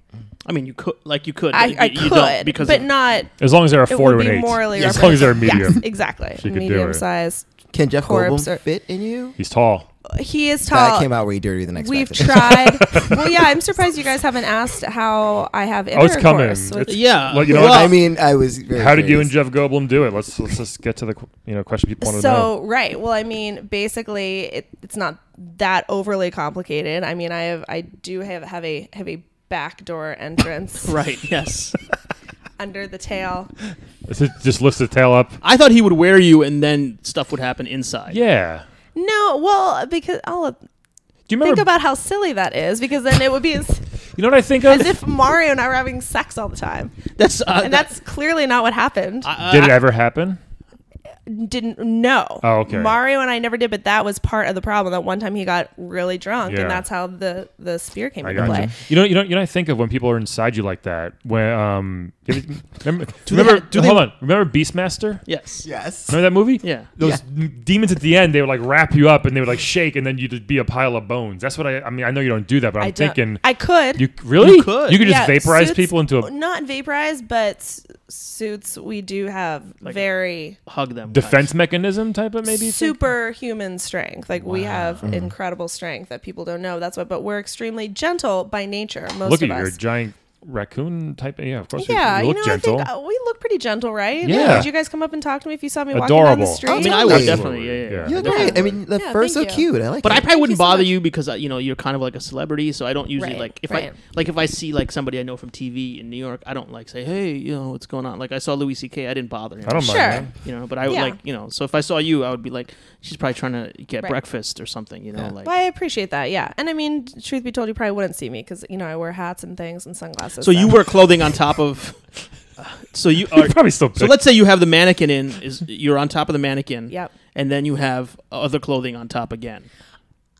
S4: I mean, you could, like you could.
S6: I,
S4: but
S6: I
S4: you, you
S6: could,
S4: don't because
S6: but
S4: of-
S6: not.
S1: as long as they're a
S6: It
S1: four to
S6: would
S1: an
S6: be
S1: eight.
S6: morally
S1: as long as they're a medium.
S6: Yes, exactly.
S1: She could do it.
S6: Medium sized.
S3: Can Jeff
S6: Corpse
S3: Goldblum
S6: or-
S3: fit in you?
S1: He's tall.
S6: He is
S3: That
S6: tall.
S3: came out way dirtier than expected.
S6: We've tried. well, yeah, I'm surprised you guys haven't asked how I have
S1: Oh, it's
S6: intercourse.
S1: coming.
S6: with-
S1: It's-
S4: Yeah.
S1: Well, you know
S4: Well,
S1: what?
S3: I mean, I was. Very
S1: How did you and
S3: curious.
S1: Jeff Goldblum do it? Let's let's just get to the qu- you know question people want to
S6: so
S1: know.
S6: right. Well, I mean, basically, it, it's not that overly complicated. I mean, I have, I do have have a have a backdoor entrance
S4: right. Yes.
S6: under the tail.
S1: Is it just lifts the tail up.
S4: I thought he would wear you, and then stuff would happen inside.
S1: Yeah.
S6: No, well, because I'll
S1: Do you
S6: think
S1: remember?
S6: about how silly that is. Because then it would be as,
S1: you know what I think
S6: as
S1: of?
S6: if Mario and I were having sex all the time,
S4: That's uh,
S6: and that's clearly not what happened.
S4: that- I-
S1: Did
S4: I-
S1: it ever happen?
S6: didn't know.
S1: Oh, okay.
S6: Mario and I never did, but that was part of the problem. That one time he got really drunk,
S1: Yeah.
S6: and that's how the the spear came
S1: I
S6: into
S1: got
S6: play.
S1: you. You know, you know, you know. I think of when people are inside you like that. When um, remember, remember
S4: do they-
S1: hold on. Remember Beastmaster?
S4: Yes.
S3: Yes.
S1: Remember that movie?
S4: Yeah.
S1: Those m- demons at the end, they would like wrap you up and they would like shake, and then you'd be a pile of bones. That's what I. I mean, I know you don't do that, but I'm
S6: I don't-
S1: thinking
S6: I could.
S1: you really
S4: You could.
S1: You could just
S6: Yeah,
S1: vaporize
S6: suits-
S1: people into a
S6: not vaporize, but s- suits. We do have very
S4: Hug them.
S1: defense mechanism type of maybe. thing?
S6: superhuman strength. Like we have
S1: Mm-hmm.
S6: incredible strength that people don't know. That's what. But we're extremely gentle by nature. Most
S1: Look at
S6: of
S1: you, you're a
S6: us.
S1: giant raccoon type. Yeah, of course. you-
S6: yeah,
S1: you,
S6: you,
S1: look
S6: know,
S1: gentle.
S6: I think uh, we look pretty gentle, right?
S1: Yeah.
S6: Would you guys come up and talk to me if you saw me walking down the
S1: Adorable.
S6: street?
S4: I mean, I would
S3: Totally.
S4: definitely. Yeah, yeah.
S1: Yeah.
S3: You're
S1: Yeah.
S3: great. I mean, the
S6: Yeah,
S3: first so
S6: thank you.
S3: cute. I like
S4: But I
S3: it.
S4: probably wouldn't
S6: so
S4: bother
S6: much.
S4: you because uh, you know you're kind of like a celebrity, so I don't usually
S6: Right,
S4: like if
S6: right.
S4: I like if I see like somebody I know from TV in New York, I don't like say hey you know what's going on. Like I saw Louis C.K., I didn't bother him.
S1: I don't mind.
S6: Sure.
S1: that.
S4: you know, but I would
S6: Yeah.
S4: like you know. So if I saw you, I would be like she's probably trying to get
S6: Right.
S4: breakfast or something. You know, like
S6: Well, I appreciate that. Yeah, and I mean, truth be told, you probably wouldn't see me because you know I wear hats and things and sunglasses.
S4: so you wear clothing on top of. So you are.
S1: You're probably still.
S4: So
S1: big.
S4: let's say you have the mannequin in is you're on top of the mannequin.
S6: Yep.
S4: And then you have other clothing on top again.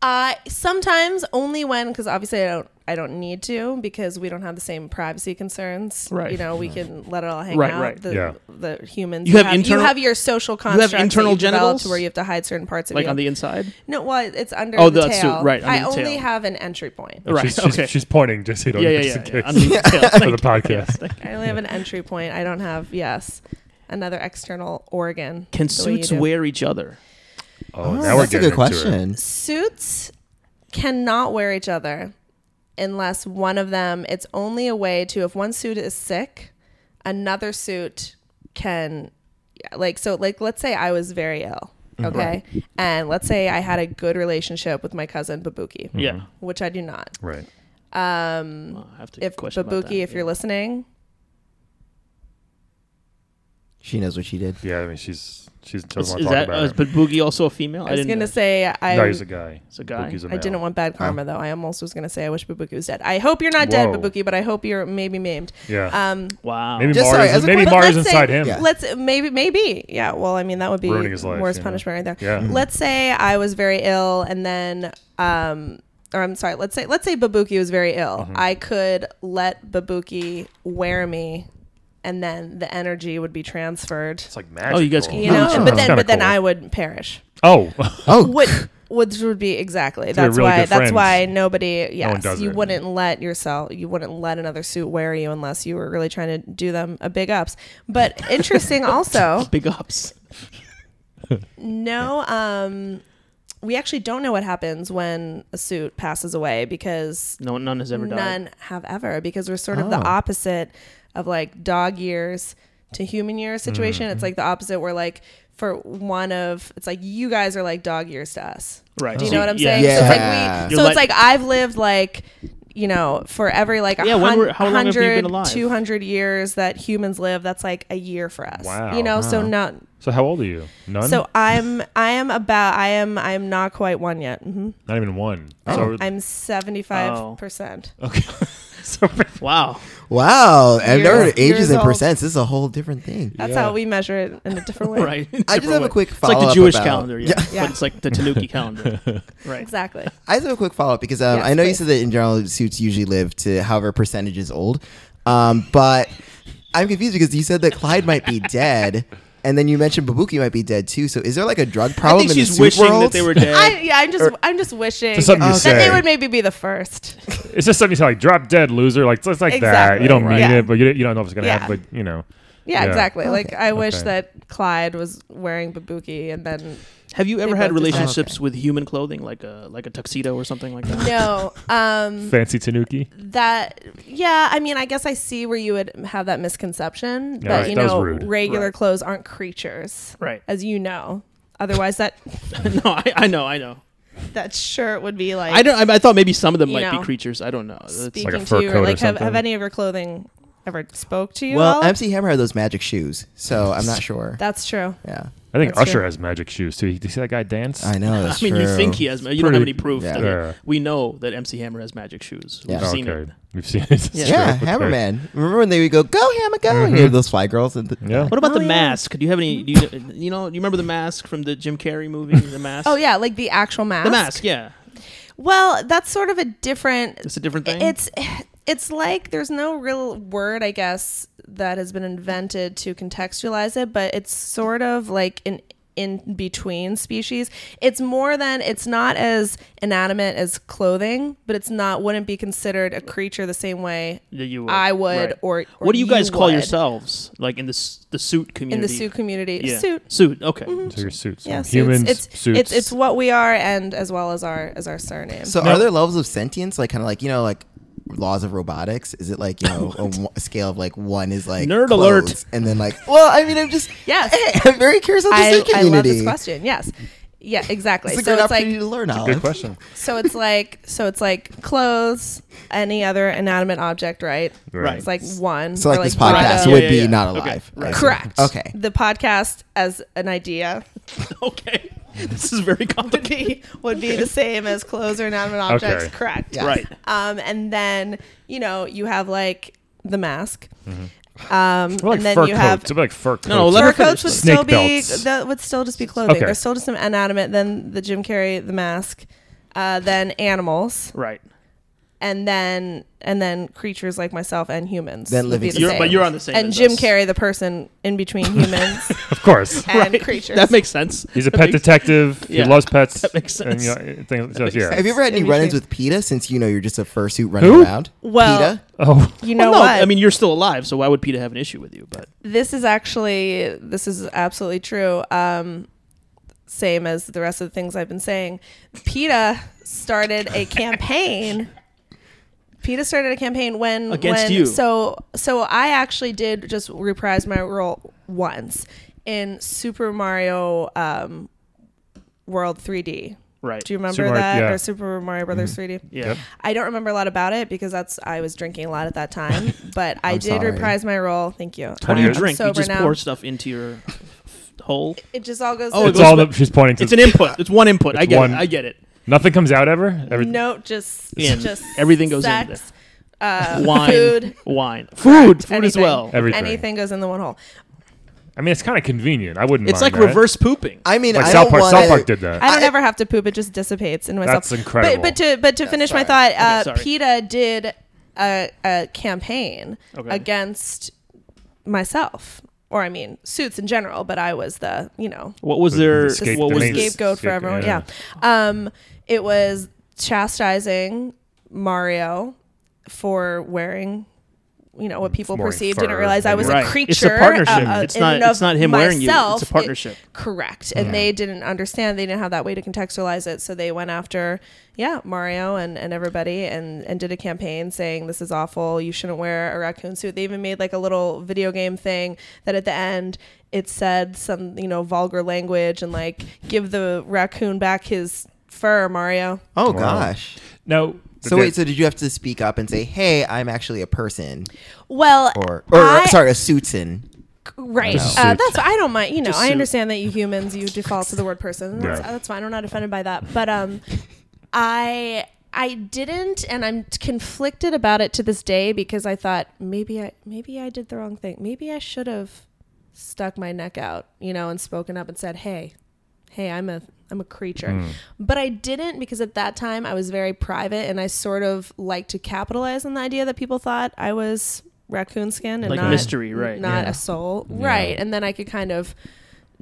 S6: Uh, sometimes only when, because obviously I don't, I don't need to because we don't have the same privacy concerns.
S4: Right.
S6: You know, we can let it all hang
S4: Right,
S6: out.
S4: right.
S6: The,
S1: Yeah.
S6: the humans.
S4: You have internal-
S6: You have your social
S4: have
S6: constructs. that
S4: internal
S6: you've developed
S4: genitals?
S6: to where you have to hide certain parts of
S4: Like
S6: you.
S4: on the inside.
S6: no, well, it's under
S4: Oh,
S6: the
S4: that's it,
S6: tail.
S4: right,
S6: I
S4: under the
S6: only
S4: tail.
S6: have an entry point.
S1: She's,
S4: Right.
S1: she's,
S4: okay.
S1: she's pointing just so you don't
S4: yeah,
S1: know,
S4: yeah,
S1: just in
S4: yeah.
S1: case.
S4: yeah. Underneath the tail.
S1: for
S4: Thank
S1: the
S4: you.
S1: podcast.
S6: I only have an entry point. I don't have yes, another external organ.
S4: Can
S6: the way you
S4: suits
S6: do.
S4: wear each other?
S1: Oh,
S3: Oh,
S1: now we're
S3: that's
S1: getting
S3: a good
S1: into it.
S3: question.
S6: suits cannot wear each other unless one of them it's only a way to if one suit is sick another suit can yeah, like so like let's say i was very ill
S4: Mm-hmm.
S6: okay and let's say i had a good relationship with my cousin babuki
S4: Yeah.
S6: which i do not
S1: Right.
S6: um
S4: Well, I have to
S6: if
S4: question about
S6: babuki
S4: that,
S6: if
S4: yeah.
S6: you're listening
S3: She knows what she did.
S1: Yeah, I mean, she's she's doesn't want
S4: Is,
S1: to
S4: is
S1: talk
S4: that
S1: about
S4: uh, is
S1: it.
S4: Boogie also a female?
S6: i was
S4: didn't
S6: gonna
S4: know.
S6: say i
S1: no, he's a guy.
S4: It's a Oh. guy.
S1: Bookie's a
S6: I didn't
S1: male.
S6: want bad karma though. I almost was gonna say I wish Babuki was dead. I hope you're not dead,
S1: Whoa.
S6: Babuki, but I hope you're maybe maimed.
S1: Yeah.
S6: Um,
S4: Wow.
S1: maybe
S3: Just sorry,
S1: Mario's,
S3: as a
S1: maybe
S3: quick-
S1: Mario's
S6: let's say-
S1: inside him.
S3: Yeah.
S6: Let's maybe maybe yeah. Well, I mean that would be
S1: Ruining his life,
S6: worse
S1: you know.
S6: punishment right there.
S1: Yeah. Mhm.
S6: Let's say I was very ill, and then um, or I'm sorry. Let's say let's say Babuki was very ill.
S1: Mm-hmm.
S6: I could let Babuki wear me, and then the energy would be transferred.
S1: It's like magic.
S4: Oh, you guys
S6: You know,
S3: Oh.
S6: but
S1: That's
S6: then
S1: kinda
S6: but then
S1: cool.
S6: I would perish.
S1: Oh,
S3: Oh,
S6: Would. Which would be exactly.
S1: you're
S6: That's
S1: really
S6: why.
S1: good
S6: That's
S1: friends.
S6: why nobody.
S1: one
S6: Yes,
S1: does
S6: you
S1: it.
S6: wouldn't let yourself. You wouldn't let another suit wear you unless you were really trying to do them a big ups. But interesting, also.
S4: Big ups.
S6: No, um, we actually don't know what happens when a suit passes away because
S4: No, none has ever died.
S6: none have ever because we're sort of
S1: Oh.
S6: the opposite of like dog years to human years situation.
S1: Mm-hmm.
S6: It's like the opposite where like for one of it's like you guys are like dog years to us.
S4: Right.
S6: Do you
S4: So-
S6: know what I'm
S4: yeah.
S6: saying? So it's
S3: Yeah.
S6: like we,
S4: You're
S6: so it's
S4: like-
S6: like I've lived like you know for every like a
S4: Yeah, when were- how long have you been
S6: hundred,
S4: alive?
S6: 200 years that humans live that's like a year for us
S1: Wow.
S6: you know so not
S1: so how old are you? None.
S6: so I'm I am about I am I am not quite one yet. hmm
S1: not even one. so
S6: I'm 75 percent.
S4: Oh. Wow.
S3: wow. I've
S6: Years-
S3: never heard
S6: years
S3: ages and
S6: old.
S3: percents. This is a whole different thing.
S6: That's how we measure it in a different way.
S4: Right.
S3: I just have a quick
S4: It's like the
S3: follow-up
S4: Jewish
S3: about-
S4: calendar, yeah.
S6: Yeah.
S4: But it's like the Tanuki calendar. right.
S6: Exactly.
S3: I just have a quick follow up because um,
S6: Yes,
S3: I know you
S6: please.
S3: said that in general suits usually live to however percentage is old, um, but I'm confused because you said that Clyde might be dead, and then you mentioned Babuki might be dead too. So is there like a drug
S4: I
S3: problem
S4: think
S3: in the
S4: she's
S3: suit
S4: wishing
S3: world?
S4: that they were dead.
S6: I, yeah, I'm
S1: Er,
S6: just I'm just wishing
S1: It's something you
S6: that
S1: say.
S6: they would maybe be the first.
S1: it's just something you say, like drop dead loser, like it's like that.
S6: Exactly,
S1: You don't mean
S6: right. Yeah.
S1: it, but you, you don't know if it's gonna
S6: Yeah.
S1: happen. But you know,
S6: Yeah,
S1: Yeah.
S6: exactly. Like I wish
S1: Okay.
S6: that Clyde was wearing babuki and then
S4: Have you ever
S6: They
S4: had
S6: both decide.
S4: relationships with human clothing, like a like a tuxedo or something like that?
S6: no. Um
S1: fancy Tanuki.
S6: that yeah, I mean I guess I see where you would have that misconception, but
S1: right.
S6: you
S1: That was
S6: know
S1: rude.
S6: regular
S4: Right.
S6: clothes aren't creatures
S4: Right.
S6: as you know. Otherwise that
S4: no, I, I know, I know.
S6: that shirt would be like
S4: I don't. I, I thought maybe some of them
S6: You
S4: might
S6: know.
S4: be creatures. I don't know. That's-
S6: speaking
S1: fur
S6: to you
S1: coat
S6: or
S1: or
S6: like have,
S1: something.
S6: have any of your clothing ever spoke to you
S3: Well,
S6: all.
S3: MC Hammer had those magic shoes, so I'm not sure.
S6: That's true.
S3: yeah,
S1: I think
S6: That's
S1: Usher
S6: true.
S1: has magic shoes too. You see that guy dance?
S3: I know.
S4: I
S3: That's
S4: mean, you
S3: true.
S4: think he has? You don't have
S1: Pretty-
S4: any proof.
S3: Yeah.
S4: I mean,
S1: Yeah.
S4: we know that MC Hammer has magic shoes. We've
S3: Yeah.
S4: seen it.
S1: We've seen it. It's
S3: Yeah,
S1: true. Okay.
S3: Hammerman. Remember when they would go, "Go Hammer, go!" And you had those fly girls. And th-
S1: Mm-hmm. Yeah.
S4: What about
S6: Oh,
S4: the
S6: yeah.
S4: mask? Do you have any? Do you, you know? You remember the mask from the Jim Carrey movie, The Mask?
S6: Oh yeah, like the actual mask.
S4: the mask. Yeah,
S6: Well, that's sort of a different.
S4: it's a different thing.
S6: It's it's like there's no real word, I guess, that has been invented to contextualize it, but it's sort of like an in between species. It's more than it's not as inanimate as clothing, but it's not wouldn't be considered a creature the same way
S4: that you
S6: I would
S4: right.
S6: or, or
S4: what do you guys call
S6: would
S4: yourselves? Like in the s- the suit
S6: in
S4: community?
S6: the suit community?
S4: Yeah.
S6: Suit. Mm-hmm.
S4: Suit. Okay.
S1: So your suits.
S6: Yeah, suits.
S1: Humans.
S6: It's,
S1: suits.
S6: it's it's what we are, and as well as our as our surname.
S3: So, are there levels of sentience, like kind of like you know, like laws of robotics? Is it like you know a, wa- scale of like one is like
S4: Nerd alert.
S3: clothes, and then like, well, I mean, I'm just
S6: Yes.
S3: I'm very curious about the
S6: I,
S3: suit
S6: I
S3: community.
S6: love this question. Yes. Yeah, exactly.
S3: It's a
S6: so
S3: good
S6: it's
S3: opportunity
S6: like
S3: to learn. Olive.
S1: good question.
S6: so it's like so it's like clothes, any other inanimate object, right?
S1: Right.
S6: It's like one.
S3: So,
S6: or
S3: like, this
S6: Greta.
S3: podcast
S4: Yeah,
S3: would
S4: yeah,
S3: be
S4: yeah.
S3: not
S4: Okay.
S3: alive. I
S4: Right.
S3: assume.
S6: Correct.
S3: Okay.
S6: The podcast as an idea
S4: Okay. This is very
S6: would
S4: complicated.
S6: be would be the same as clothes or inanimate objects.
S1: Okay.
S6: Correct.
S3: Yeah.
S4: Right.
S6: Um, and then you know you have like the mask.
S1: Mm-hmm.
S6: Um,
S1: We're like
S6: and then
S1: fur
S6: you
S1: coats.
S6: have
S1: It'd be like fur coats.
S4: No, let
S6: fur
S4: her finish
S6: coats would
S4: this.
S1: Snake
S6: still be
S1: belts.
S6: that would still just be clothing.
S1: Okay.
S6: There's still just some inanimate. Then the Jim Carrey, the mask, uh, then animals,
S4: Right.
S6: and then and then creatures like myself and humans.
S3: Then
S6: would be
S3: living
S6: the
S3: You're-
S6: same.
S4: but you're on the same.
S6: and
S4: as
S6: Jim
S4: us.
S6: Carrey, the person in between humans
S1: of course.
S6: and
S4: Right.
S6: creatures.
S4: That makes sense.
S1: He's a
S4: That
S1: pet
S4: makes-
S1: detective.
S4: Yeah.
S1: He loves pets.
S4: That makes
S1: And, you know, things, so, yeah.
S3: Have you ever had any
S6: In between.
S3: run-ins with PETA since you know you're just a fursuit running
S1: Who?
S3: around?
S6: Well-
S3: PETA.
S1: Oh,
S6: you know
S4: Well, no,
S6: what?
S4: I mean you're still alive, so why would Peter have an issue with you? But
S6: this is actually this is absolutely true um same as the rest of the things i've been saying peta started a campaign peta started a campaign when
S4: Against
S6: when,
S4: you.
S6: so so i actually did just reprise my role once in super mario um world 3d
S4: right.
S6: do you remember
S1: Super Mario-
S6: that
S1: yeah.
S6: or super mario brothers 3d
S4: yeah.
S1: Yep.
S6: I don't remember a lot about it because that's I was drinking a lot at that time. But I
S3: I'm
S6: did
S3: sorry.
S6: reprise my role. Thank you.
S4: What do you
S1: I'm
S4: drink? You
S6: sober
S4: just
S6: now.
S4: pour stuff into your hole.
S6: It just all goes.
S4: Oh,
S6: in
S1: it's
S4: goes
S1: all
S4: back-
S1: that she's pointing to.
S4: It's an input. It's one input. I
S1: It's
S4: get
S1: one-
S4: it. I get it.
S1: Nothing comes out ever. Every,
S6: note just
S4: In.
S6: just
S4: Everything goes in
S6: sex, Uh,
S4: Wine.
S6: food,
S4: Wine. Food. Food as
S6: anything.
S4: well.
S1: Everything.
S6: Anything goes in the one hole.
S1: I mean, it's kind of convenient. I wouldn't.
S4: It's
S1: mind
S4: like
S1: that.
S4: reverse pooping.
S3: I mean,
S1: Like
S3: I
S1: South
S3: don't
S1: Park.
S3: want
S1: South Park did that.
S6: I don't ever have to poop; it just dissipates into myself.
S1: That's incredible.
S6: But, but to but to finish my thought, uh,
S4: sorry.
S6: PETA did a, a campaign
S4: Okay.
S6: against myself, or I mean, suits in general. But I was the you know
S4: What was
S1: The-
S4: their?
S1: the scape-
S4: what
S1: the
S4: was
S1: main-
S4: this?
S6: scapegoat for
S1: Scape-
S6: everyone.
S1: yeah.
S6: Yeah. Um, it was chastising Mario for wearing, you know, what people
S1: It's wearing
S6: perceived.
S1: fur,
S6: Didn't realize I was
S1: maybe.
S6: a
S4: Right.
S6: creature. uh,
S4: It's a partnership. It's
S6: in
S4: not-
S6: and of
S4: it's not him wearing you. It's a
S6: It-
S4: partnership.
S6: correct. And they didn't understand. They didn't have that way to contextualize it. So they went after, yeah, Mario and, and everybody and, and did a campaign saying, this is awful. You shouldn't wear a raccoon suit. They even made like a little video game thing that at the end it said some, you know, vulgar language and like, give the raccoon back his fur, Mario.
S3: Oh
S1: Wow.
S3: gosh.
S1: No.
S3: So
S1: that-
S3: wait, so did you have to speak up and say, "Hey, I'm actually a person,"
S6: Well,
S3: or or
S6: I-
S3: sorry, a suitsin?
S6: Right.
S1: Just
S6: Uh,
S1: suit.
S6: that's I don't mind. You know,
S4: Just
S6: I
S4: suit.
S6: understand that you humans you default to the word person. That's,
S1: Yeah.
S6: that's fine. I'm not offended by that. But um, I I didn't, and I'm conflicted about it to this day because I thought maybe I maybe I did the wrong thing. Maybe I should have stuck my neck out, you know, and spoken up and said, "Hey, hey, I'm a I'm a creature."
S4: Mm.
S1: Hmm.
S6: But I didn't because at that time I was very private, and I sort of like to capitalize on the idea that people thought I was raccoon skin and
S4: Like
S6: not
S4: mystery, right,
S6: Not
S4: yeah.
S6: a soul, right? And then I could kind of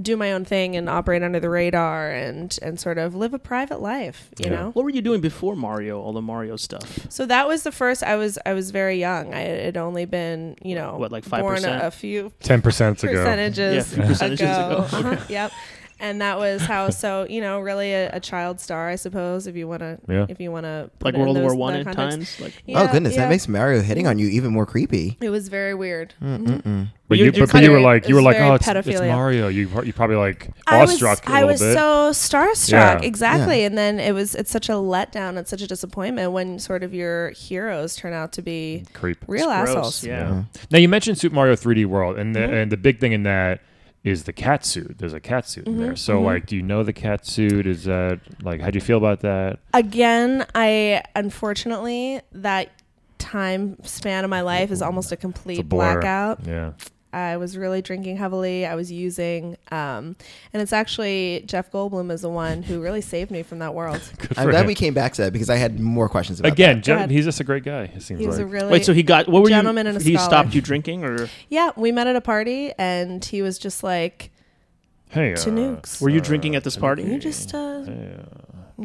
S6: do my own thing and operate under the radar and and sort of live a private life, you
S1: Yeah.
S6: know.
S4: What were you doing before Mario? All the Mario stuff.
S6: So that was the first. I was I was very young. I had only been you know
S4: What, like
S6: born
S4: 5%?
S6: a, a few
S1: ten percent ago.
S6: percentages
S4: Yeah, a few percentages
S6: ago.
S4: ago.
S6: Uh-huh, Yep. and that was how. So you know, really a, a child star, I suppose, if you want to,
S1: Yeah.
S6: if you want to,
S4: like World War One
S6: that
S4: in
S6: context.
S4: times. Like
S3: oh
S6: Yeah,
S3: goodness,
S6: yeah.
S3: that makes Mario hitting on you even more creepy.
S6: It was very weird.
S1: But
S4: You're-
S1: you,
S4: you're
S1: but, but you were
S6: very-
S1: like, you were
S6: it's
S1: like,
S6: very
S1: oh, it's, it's
S6: pedophilia.
S1: Mario. You pro- you probably like
S6: I was,
S1: awestruck a
S6: I
S1: little
S6: was
S1: bit.
S6: so starstruck,
S1: Yeah.
S6: exactly. And then it was, it's such a letdown. It's such a disappointment when sort of your heroes turn out to be
S1: Creep.
S6: real
S4: gross,
S6: assholes.
S4: Yeah.
S1: Now you mentioned Super Mario 3D World, and the, and the big thing in that is the cat suit. There's a cat suit
S6: Mm-hmm.
S1: in there. So like, do you know the cat suit? Is that like, how do you feel about that?
S6: Again, I unfortunately that time span of my life is almost a complete
S1: It's a blur.
S6: blackout.
S1: Yeah.
S6: I was really drinking heavily. I was using, um, and it's actually Jeff Goldblum is the one who really saved me from that world.
S3: I'm glad we came back to that because I had more questions about
S1: Again,
S6: Go
S1: Jen-
S6: ahead.
S1: he's just a great guy. It seems
S6: He was a
S1: like.
S6: really
S4: Wait, so he got what were
S6: Gentleman
S4: you?
S6: and a
S4: he
S6: scholar.
S4: stopped you drinking, or
S6: yeah. We met at a party, and he was just like,
S1: Hey, uh,
S6: To nukes.
S4: were you drinking at this party?
S6: "You just uh,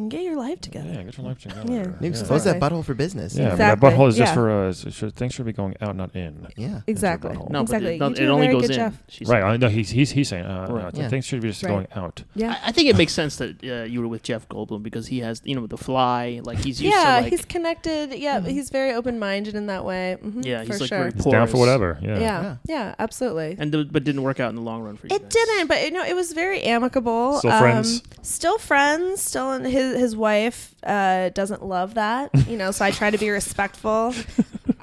S6: get your life together."
S1: Yeah, get your life together.
S6: Yeah.
S3: that. Nukes,
S1: Yeah.
S3: Close that
S6: Exactly.
S3: butthole for business.
S1: Yeah,
S3: Yeah.
S1: that
S6: Exactly.
S1: butthole is just
S6: Yeah.
S1: for uh, it should, things should be going out, not in.
S3: Yeah.
S6: Exactly.
S1: butthole.
S4: no,
S6: exactly.
S4: but
S6: You
S4: it,
S6: do
S4: it
S6: a
S4: only
S6: very
S4: goes
S6: good
S4: in.
S6: job.
S4: She
S1: Right. I know he's he's he's saying uh,
S4: Right.
S1: uh,
S3: Yeah.
S1: things should be just
S6: Right.
S1: going out.
S6: Yeah.
S4: I, I think it makes sense that uh, you were with Jeff Goldblum because he has, you know, the fly. Like he's used
S6: yeah,
S4: to like, Mm-hmm.
S6: he's connected. Yeah, he's very open-minded in that way. hmm
S4: yeah,
S6: for
S4: he's like
S6: sure.
S4: very
S1: It's down for
S4: porous.
S1: whatever. Yeah.
S6: yeah. yeah, absolutely.
S4: And th- but didn't work out in the long run for you.
S6: It
S4: guys.
S6: didn't, but you know, it was very amicable. Um,
S1: Still friends?
S6: Still friends. Still, in his his wife uh, doesn't love that, you know. So I try to be respectful.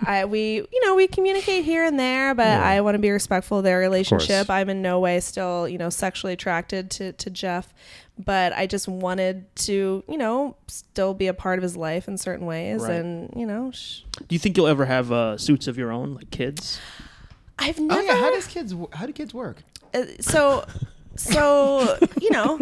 S6: I we you know we communicate here and there, but I want to be respectful of their relationship. I'm in no way still you know sexually attracted to to Jeff, but I just wanted to you know still be a part of his life in certain ways,
S4: Right.
S6: and you know sh-
S4: Do you think you'll ever have uh, suits of your own, like kids?
S6: I've
S3: Oh
S6: never.
S3: yeah, how does kids wo- how do kids work?
S6: uh, so so you know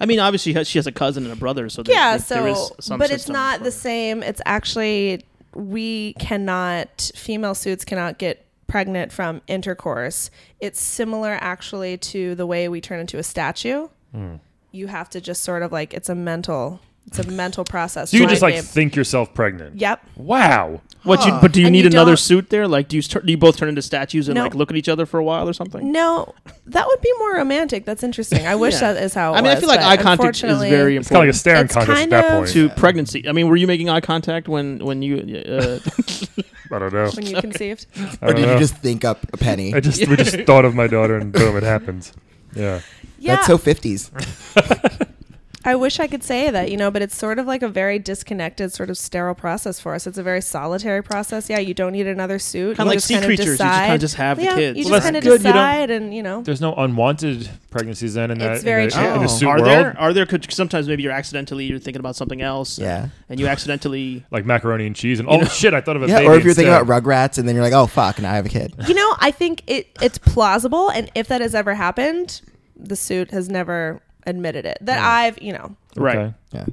S4: I mean, obviously she has, she has a cousin and a brother, so there,
S6: yeah
S4: there- there is
S6: so
S4: some
S6: but it's
S4: system
S6: not
S4: for
S6: the
S4: it.
S6: same it's actually we cannot female suits cannot get pregnant from intercourse it's similar actually to the way we turn into a statue
S4: Hmm.
S6: you have to just sort of like it's a mental it's a mental process
S1: So you
S6: My
S1: just like
S6: babe.
S1: think yourself pregnant.
S6: yep
S1: Wow.
S4: What you, but do you
S6: And
S4: need
S6: you
S4: another
S6: don't-
S4: suit there? Like, do you st- do you both turn into statues and
S6: No.
S4: like look at each other for a while or something?
S6: no that would be more romantic that's interesting i wish
S4: Yeah.
S6: that is how it
S4: I mean, I
S6: was,
S4: feel like
S6: but
S4: eye contact is
S6: unfortunately-
S4: very
S1: It's kind of like
S4: important
S1: a staring
S6: It's
S1: contest at
S6: kind
S1: that
S6: of-
S1: point.
S4: to pregnancy. I mean, were you making eye contact when when you? Uh,
S1: I don't know.
S6: when you conceived
S1: I
S3: Or did
S1: don't
S3: you
S1: know.
S3: just think up a penny?
S1: I just we just thought of my daughter and boom, it happens. Yeah.
S6: yeah
S3: That's so 50s.
S6: I wish I could say that, you know, but it's sort of like a very disconnected, sort of sterile process for us. It's a very solitary process. Yeah, you don't need another suit.
S4: Kinda
S6: You
S4: like
S6: just
S4: sea
S6: kinda
S4: creatures, you just kinda
S6: decide-
S4: just have the
S6: yeah,
S4: kids.
S6: You
S1: Well, that's
S6: just kind of
S1: good, you don't-
S6: decide, and you know,
S1: There's no unwanted pregnancies then in that
S6: It's very
S1: in the, in
S3: true.
S1: the suit
S4: are
S1: world.
S4: there are there? Could, sometimes maybe you're accidentally you're thinking about something else.
S3: Yeah.
S4: and you accidentally.
S1: Like macaroni and cheese and oh shit, I thought of a
S3: Yeah,
S1: baby.
S3: or if you're thinking
S1: instead.
S3: about Rugrats and then you're like, "Oh fuck, now I have a kid."
S6: you know, I think it it's plausible, and if that has ever happened, the suit has never admitted it. That I've, you know,
S4: Right.
S3: Yeah.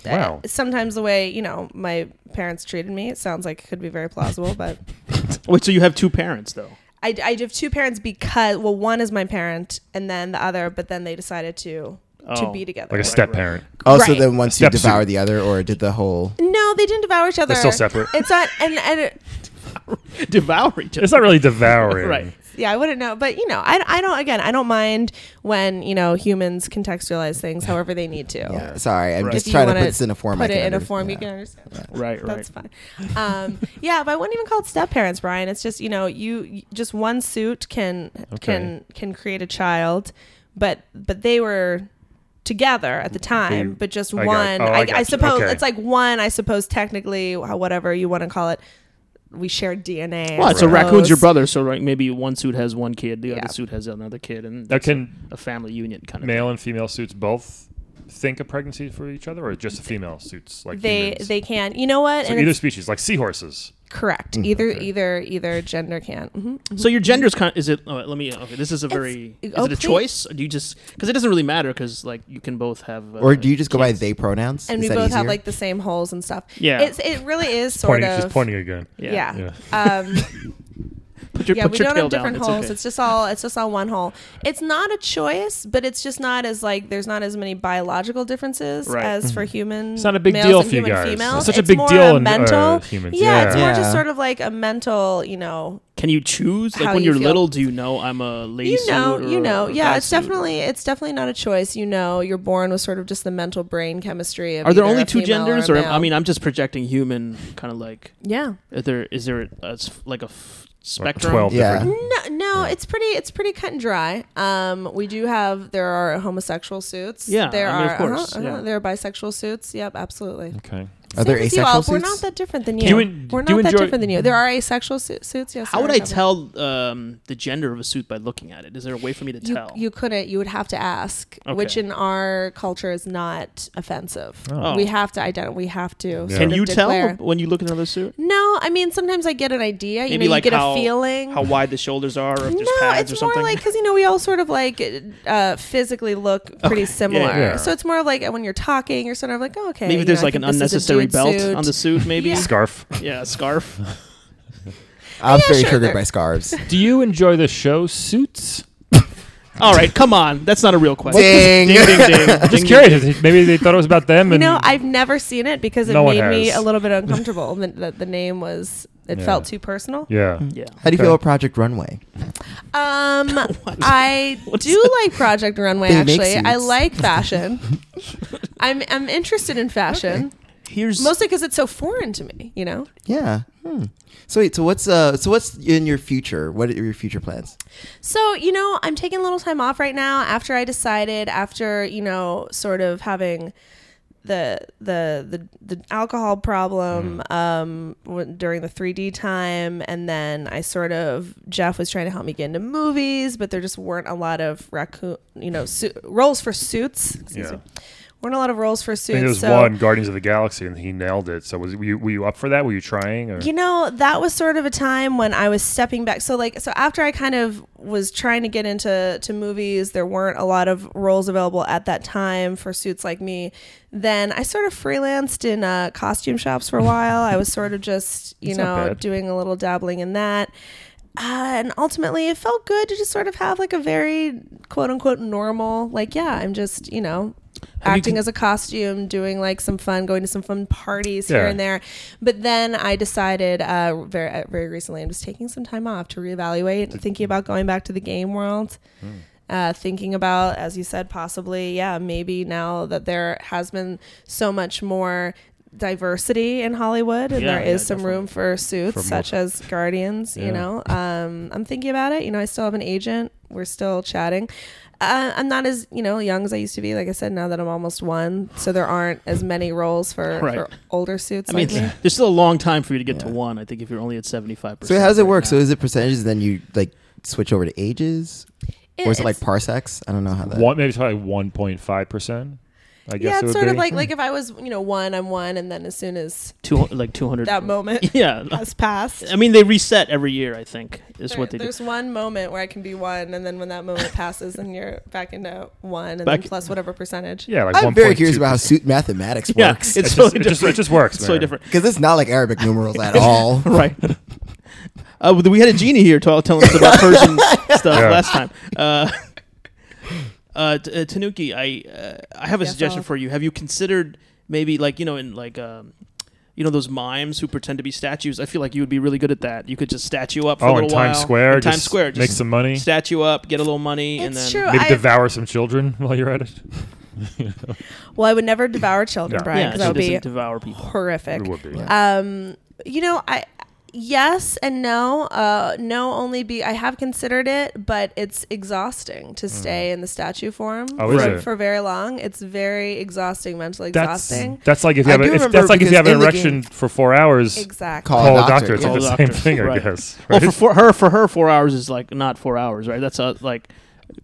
S1: Okay. Wow.
S6: sometimes the way you know my parents treated me, it sounds like it could be very plausible, but.
S4: Wait, so you have two parents though.
S6: I, I have two parents because well one is my parent and then the other but then they decided to
S4: Oh.
S6: to be together
S1: Like a step parent.
S3: Also,
S6: Right.
S3: then once
S1: Step
S3: you devour
S1: suit.
S3: the other, or did the whole
S6: No, they didn't devour each other.
S1: still separate.
S6: It's not, and, and it-
S4: Devour each other.
S1: It's not really devouring.
S4: Right.
S6: yeah, I wouldn't know, but you know, I, I don't. Again, I don't mind when you know humans contextualize things however they need to.
S3: yeah, sorry, I'm
S6: If
S3: just
S6: you
S3: trying to
S6: wanna
S3: put this in a form. I
S6: Put
S3: can
S6: it in a
S3: under-
S6: form you
S3: yeah.
S6: can understand.
S4: Right, right.
S6: That's fine. Um, yeah, but I wouldn't even call it step parents, Brian. It's just you know, you you- just one suit can can can create a child, but but they were together at the time,
S1: They-
S6: but just
S1: I got-
S6: one.
S1: oh, I
S6: I, I,
S1: got you.
S6: suppose
S1: Okay.
S6: it's like one. I suppose technically, whatever you want to call it, we share DNA. I
S4: Well, so
S6: suppose.
S4: raccoon's your brother, so like maybe one suit has one kid, the
S6: Yeah.
S4: other suit has another kid, and
S1: Now
S4: that's
S1: can
S4: a family union kind of
S1: male and female suits both think of pregnancy for each other or just the female suits like
S6: they
S1: humans?
S6: they can you know what
S1: so
S6: and
S1: either
S6: it's
S1: species, like seahorses.
S6: correct either either either gender can hmm
S4: thing. So your gender's kind. Is it? Oh, let me. Okay, this is a very. Is
S6: oh,
S4: it a
S6: please.
S4: choice? Or do you just because it doesn't really matter because like you can both have. Uh,
S3: Or do you just go by they pronouns?
S6: and
S3: Is
S6: we
S3: that
S6: both have
S3: easier?
S6: like the same holes and stuff
S4: Yeah.
S6: it's it really is sort
S1: Pointing
S6: of
S1: just pointing again.
S6: yeah,
S1: Yeah.
S6: um
S4: Put your,
S6: yeah,
S4: put
S6: we
S4: your
S6: don't
S4: tail
S6: have different
S4: down.
S6: holes.
S4: It's okay.
S6: It's just all it's just all one hole. It's not a choice, but it's just not as like there's not as many biological differences
S4: Right. Mm-hmm.
S6: as for human.
S1: It's not a big
S6: males
S1: deal
S6: and
S1: for you
S6: human
S1: guys.
S6: Females.
S1: It's such a
S6: It's
S1: big
S6: more
S1: deal in, uh,
S6: mental.
S1: humans.
S6: Yeah, it's
S3: Yeah.
S6: more
S3: Yeah.
S6: just sort of like a mental. You know,
S4: Can you choose? Like
S6: How
S4: when
S6: you
S4: are
S6: feel.
S4: little, do you know I'm a lady?
S6: you know,
S4: suit or
S6: you know.
S4: a
S6: Yeah,
S4: guy
S6: it's
S4: suit?
S6: definitely it's definitely not a choice. You know, you're born with sort of just the mental brain chemistry. Of
S4: Are there
S6: either
S4: only
S6: a
S4: two
S6: female
S4: genders,
S6: or,
S4: or,
S6: a
S4: I
S6: male.
S4: mean, I'm just projecting human, kind of like.
S6: yeah.
S4: Is there is there a, s- like a f- spectrum?
S1: twelve
S3: Yeah.
S1: different
S6: No, no, it's pretty. It's pretty cut and dry. Um, we do have there are homosexual suits.
S4: Yeah,
S6: there
S4: I mean,
S6: are uh-huh,
S4: of course, yeah.
S6: there are bisexual suits. Yep, absolutely.
S1: Okay.
S3: Are there
S6: Mm-hmm. Same with you all.
S3: asexual
S6: We're
S3: suits?
S6: not that different than
S1: Do
S6: you.
S1: you en-
S6: We're
S1: do you
S6: not that
S1: enjoy-
S6: different than you. There are asexual su- suits. Yes.
S4: How
S6: there
S4: would
S6: are
S4: I
S6: several.
S4: tell um, the gender of a suit by looking at it? Is there a way for me to
S6: You,
S4: tell?
S6: you couldn't. You would have to ask,
S4: Okay.
S6: which in our culture is not offensive.
S4: Oh.
S6: We have to identify. We have to.
S1: Yeah.
S6: sort
S4: Can
S6: of
S4: you
S6: declare.
S4: tell when you look at another suit?
S6: No, I mean sometimes I get an idea. You
S4: Maybe
S6: know,
S4: like
S6: you get
S4: how,
S6: a feeling.
S4: how wide the shoulders are, or if there's
S6: no,
S4: pads
S6: it's
S4: or something.
S6: more like because you know we all sort of like uh, physically look pretty similar.
S1: yeah.
S6: So it's more of like when you're talking, you're sort of like, oh, okay.
S4: maybe
S6: you
S4: there's
S6: know, I
S4: like an
S6: think this is a
S4: unnecessary
S6: dude
S4: belt
S6: suit.
S4: on the suit. Maybe
S6: Yeah.
S1: Scarf.
S4: yeah, a scarf.
S3: I'm
S6: Yeah,
S3: very
S6: sure,
S3: triggered
S6: there-
S3: by scarves.
S1: Do you enjoy the show Suits?
S4: All right, come on. That's not a real question.
S3: Ding.
S4: ding, ding, ding.
S1: Just curious. Maybe they thought it was about them.
S6: You
S1: And
S6: know, I've never seen it because it
S1: No one
S6: made me
S1: has.
S6: a little bit uncomfortable. that the, the name was it
S1: Yeah.
S6: felt too personal.
S1: yeah.
S3: How
S4: Yeah.
S3: do you
S1: Okay.
S3: feel about Project Runway?
S6: Um, I
S4: What's
S6: do like Project Runway.
S3: They make
S6: actually, I
S3: suits.
S6: like fashion. I'm I'm interested in fashion
S4: Here's
S6: mostly because it's so foreign to me. You know.
S3: Yeah. Hmm. So wait, so what's uh, so what's in your future? What are your future plans?
S6: So, you know, I'm taking a little time off right now after I decided after, you know, sort of having the the the, the alcohol problem
S1: Mm-hmm.
S6: um w- during the 3D time and then I sort of Jeff was trying to help me get into movies, but there just weren't a lot of raccoon, you know, su- roles for suits. Excuse
S1: Yeah.
S6: me. Weren't a lot of roles for
S1: I think there
S6: suits.
S1: was
S6: So
S1: one Guardians of the Galaxy, and he nailed it. So was were you, were you up for that? Were you trying? Or?
S6: You know, that was sort of a time when I was stepping back. So like so after I kind of was trying to get into to movies, there weren't a lot of roles available at that time for suits like me. Then I sort of freelanced in uh, costume shops for a while. I was sort of just, you
S1: That's not
S6: know,
S1: bad.
S6: doing a little dabbling in that. Uh, and ultimately, it felt good to just sort of have like a very quote unquote normal, like, yeah, I'm just, you know,
S4: Have you
S6: acting
S4: con-
S6: as a costume, doing like some fun, going to some fun parties here
S1: Yeah.
S6: and there. But then I decided uh, very uh, very recently, I'm just taking some time off to reevaluate, thinking about going back to the game world.
S4: Hmm.
S6: Uh, thinking about, as you said, possibly, yeah, maybe now that there has been so much more diversity in Hollywood and
S4: Yeah,
S6: there
S4: yeah,
S6: is some room for suits
S1: For
S6: such as Guardians,
S1: Yeah.
S6: you know. Um, I'm thinking about it. You know, I still have an agent. We're still chatting. Uh, I'm not as you know young as I used to be. Like I said, now that I'm almost one, so there aren't as many roles for,
S4: Right.
S6: for older suits.
S4: I mean,
S6: like me.
S4: there's still a long time for you to get to
S3: Yeah.
S4: one. I think if you're only at 75%.
S3: So how does it
S4: right
S3: work?
S4: now.
S3: So is it percentages? Then you like switch over to ages, or is it like
S6: it's-
S3: parsecs? I don't know how that.
S1: One, maybe it's probably one point five percent. I guess
S6: yeah,
S1: it
S6: it's
S1: would
S6: sort
S1: be.
S6: of like like if I was you know one, I'm one, and then as soon as
S4: Two, like 200.
S6: that moment
S4: Yeah.
S6: has passed.
S4: I mean, they reset every year, I think, is
S6: There-
S4: what they do.
S6: there's one moment where I can be one, and then when that moment passes, and you're back into one, and
S4: Back-
S6: then plus whatever percentage.
S1: yeah, like
S3: I'm very
S1: 1.2%.
S3: curious about how suit mathematics
S4: Yeah,
S3: works
S1: It
S4: it's
S1: just,
S4: totally
S1: it just, it
S4: different.
S1: just works.
S4: It's totally
S1: man.
S4: different.
S3: because it's not like Arabic numerals at all.
S4: right. Uh, we had a genie here tell, telling us about Persian stuff
S1: Yeah.
S4: last time. Uh, uh, T- uh, Tanuki, I uh, I have a
S6: Yes,
S4: suggestion
S6: Olive?
S4: for you. Have you considered maybe like you know in like um, you know those mimes who pretend to be statues? I feel like you would be really good at that. You could just statue up for a
S1: Oh, in
S4: little
S1: Times
S4: while.
S1: Square,
S4: in Times
S1: just
S4: Square,
S1: make
S4: just
S1: some money,
S4: statue up, get a little money, and then
S6: It's true.
S1: maybe
S6: I,
S1: devour some children while you're at it.
S6: well, I would never devour children,
S1: No.
S6: Brian,
S4: yeah,
S6: because
S4: she
S6: that would
S4: doesn't
S6: be
S4: devour people.
S6: horrific.
S1: It would be.
S6: Um, you know, I yes and no. Uh, no, only be I have considered it, but it's exhausting to stay in the statue form
S1: Mm. Oh, is
S6: for,
S1: it?
S6: for very long. It's very exhausting, mentally
S1: that's
S6: exhausting.
S1: that's like if you
S3: I
S1: have
S3: do
S1: a, if,
S3: remember
S1: that's like if you have
S3: because
S1: an
S3: in the
S1: erection for four hours.
S6: Exactly.
S3: Call
S1: Call
S3: a
S1: a doctor.
S3: doctor,
S1: It's
S3: yeah.
S1: like the
S4: Call a
S1: same
S4: doctor,
S1: thing, I
S4: right.
S1: guess.
S4: Well,
S1: Right?
S4: for, for her, for her, four hours is like not four hours, right? That's uh like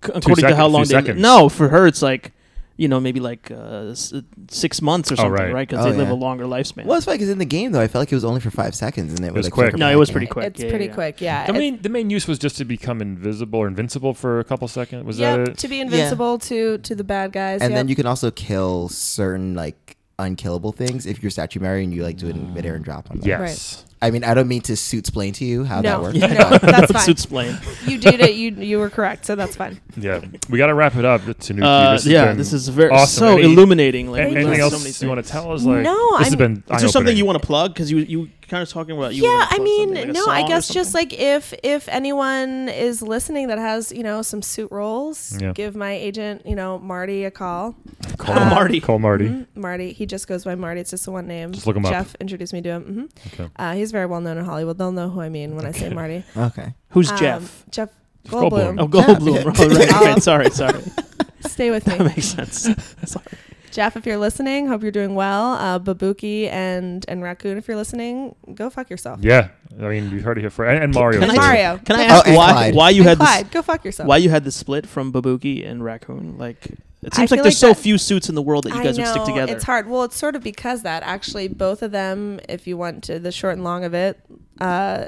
S4: c- according to
S1: sec-
S4: how
S1: few
S4: long. They,
S1: seconds.
S4: no, for her, it's like you know maybe like uh, s- six months or
S1: Oh,
S4: something,
S1: right.
S4: right? Because
S3: Oh,
S4: they live
S3: yeah.
S4: a longer lifespan.
S3: Well, it's funny because in the game though, I felt like it was only for five seconds, and it, would,
S1: was
S3: like,
S1: quick.
S3: flicker
S4: no, it
S3: back
S4: was
S3: in.
S4: pretty quick.
S6: It's
S4: Yeah,
S6: pretty
S4: yeah, yeah.
S6: quick, yeah.
S1: the
S6: It's-
S1: main the main use was just to become invisible or invincible for a couple seconds. Was
S6: yep,
S1: that it?
S6: to be invincible to to the bad guys.
S3: And
S6: yep.
S3: then you can also kill certain like unkillable things if you're statue Mario and you like do it
S1: Mm.
S3: in midair and drop on them.
S1: Yes.
S3: I mean, I don't mean to suit explain to you how that
S6: No,
S3: works.
S6: no, that's fine.
S4: Suits plain.
S6: You did it. You you were correct, so that's fine.
S1: Yeah. We got to wrap it up. Tanuki.
S4: Uh,
S1: this has
S4: yeah,
S1: been
S4: this is very
S1: awesome.
S4: so
S1: Any-
S4: illuminating.
S1: a-
S4: Like we
S1: Anything
S4: learned
S1: else
S4: so many
S1: you want
S4: things.
S1: to tell us? Like,
S6: No,
S1: this has
S6: I'm-
S1: been.
S4: Is there something
S1: eye-opening.
S4: you want to plug? Because you you kind of talking about you wanted
S6: yeah
S4: to
S6: i
S4: plug
S6: mean
S4: something, like a
S6: no
S4: song
S6: i
S4: or
S6: guess just
S4: something?
S6: like if if anyone is listening that has you know some suit rolls
S1: Yeah.
S6: give my agent you know marty a call
S1: Call
S6: Um,
S4: Uh, Marty.
S1: Call Marty.
S6: marty he just goes by marty it's just the one name
S1: Just look him up.
S6: jeff introduced me to him hmm
S1: Okay.
S6: uh, he's very well known in hollywood they'll know who i mean when i say marty
S3: Okay.
S4: who's
S6: Um,
S4: Jeff?
S6: jeff
S1: Goldblum.
S6: goldblum,
S4: Oh, Goldblum. Oh, right, right. Sorry, sorry.
S6: stay with
S4: That
S6: me
S4: makes sense. Sorry.
S6: jeff if you're listening hope you're doing well uh, babuki and and raccoon if you're listening go fuck yourself
S1: Yeah. I mean, you heard it here first. And, and Mario.
S4: Can
S6: And
S4: I,
S1: too.
S6: Mario.
S4: Can I
S3: Oh,
S4: ask
S3: and
S4: why
S3: Clyde.
S4: why you
S6: And
S4: had this
S6: Clyde, go fuck yourself
S4: why you had the split from Babuki and Raccoon? Like it
S6: I
S4: seems
S6: feel
S4: like there's
S6: like
S4: so
S6: that-
S4: few suits in the world that you
S6: I
S4: guys would stick
S6: know,
S4: together.
S6: It's hard. Well, it's sort of because that actually both of them, if you want to the short and long of it, uh,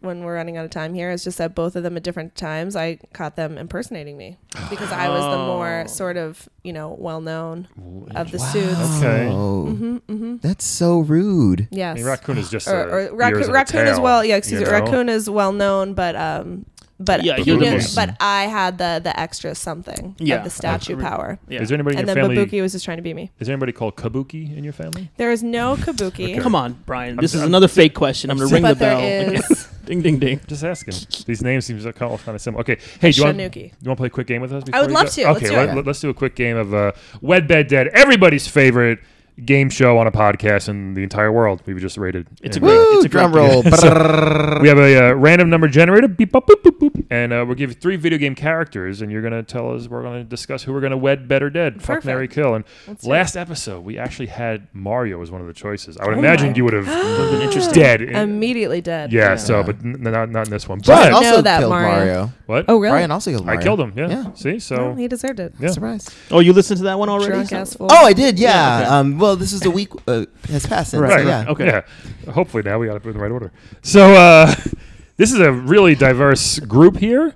S6: when we're running out of time here, is just that both of them at different times I caught them impersonating me because I was the
S4: Oh.
S6: more sort of you know well known of the suits.
S1: Okay.
S3: Oh,
S6: Mm-hmm,
S3: that's so rude.
S1: I
S6: Yes,
S1: mean, Raccoon is just.
S6: Oh. or,
S1: a
S6: or raccoon, raccoon as well. Yeah, excuse me. Raccoon is well known, but um, but
S4: Yeah,
S1: you're the
S6: Keegan-
S1: most-
S6: but I had the the extra something.
S4: Yeah,
S6: of the statue
S4: absolutely.
S6: power.
S4: yeah.
S1: Is there anybody in
S6: And
S1: your
S6: then
S1: family?
S6: Babuki was just trying to be me.
S1: Is there anybody called Kabuki in your family?
S6: There is no Kabuki.
S4: Come on, Brian. This is
S1: I'm-
S4: another fake question. I'm gonna ring the
S6: but
S4: bell.
S6: there is
S4: ding ding ding.
S1: Just asking. These names seem to kind of kind of similar. Okay. Hey, do you want, you want
S6: Shanuki.
S1: to play a quick game with us?
S6: I
S1: before
S6: would
S1: you
S6: love
S1: go?
S6: to. Let's
S1: Okay,
S6: do it.
S1: let, us do a quick game of uh, Wed Bed Dead, everybody's favorite game show on a podcast in the entire world. We were just rated.
S4: It's a
S1: And, uh,
S4: great-
S3: Woo!
S4: it's a great
S3: Drum roll.
S1: We have a uh, random number generator, beep, bop, boop, boop, boop, and uh, we'll give you three video game characters, and you're going to tell us, we're going to discuss who we're going to wed, better dead, fuck,
S6: Perfect.
S1: marry, kill. And
S6: do
S1: last episode, we actually had Mario as one of the choices. I
S6: Oh
S1: would imagine you would have
S4: Been interesting.
S1: dead. in-
S6: immediately dead.
S1: yeah, so, but n- not, not in this one.
S3: Brian
S1: But,
S6: know
S3: also
S6: that,
S3: killed
S6: Mario.
S3: Mario.
S1: what?
S6: Oh really?
S3: Brian also killed
S1: I
S3: Mario.
S1: killed him, yeah.
S3: Yeah.
S1: See,
S6: No,
S1: so.
S6: he deserved it.
S1: Yeah.
S3: Surprise.
S4: Oh, you listened to that one already?
S6: Drunk
S4: So-
S6: ass fool.
S3: Oh, I did. Yeah.
S4: Yeah, okay.
S3: Um. Well, this is the week uh, has passed. Since,
S1: Right.
S3: so yeah.
S1: Okay. Yeah. Hopefully now we got to put it in the right order. So uh, this is a really diverse group here.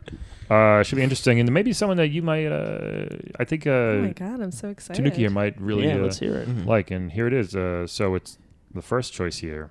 S1: Uh, should be interesting, and maybe someone that you might. Uh, I think
S6: Oh my
S1: uh,
S6: god, I'm so excited.
S1: Tanuki here might really
S4: yeah,
S1: uh,
S4: let's hear it.
S1: like. And here it is. Uh, so it's the first choice here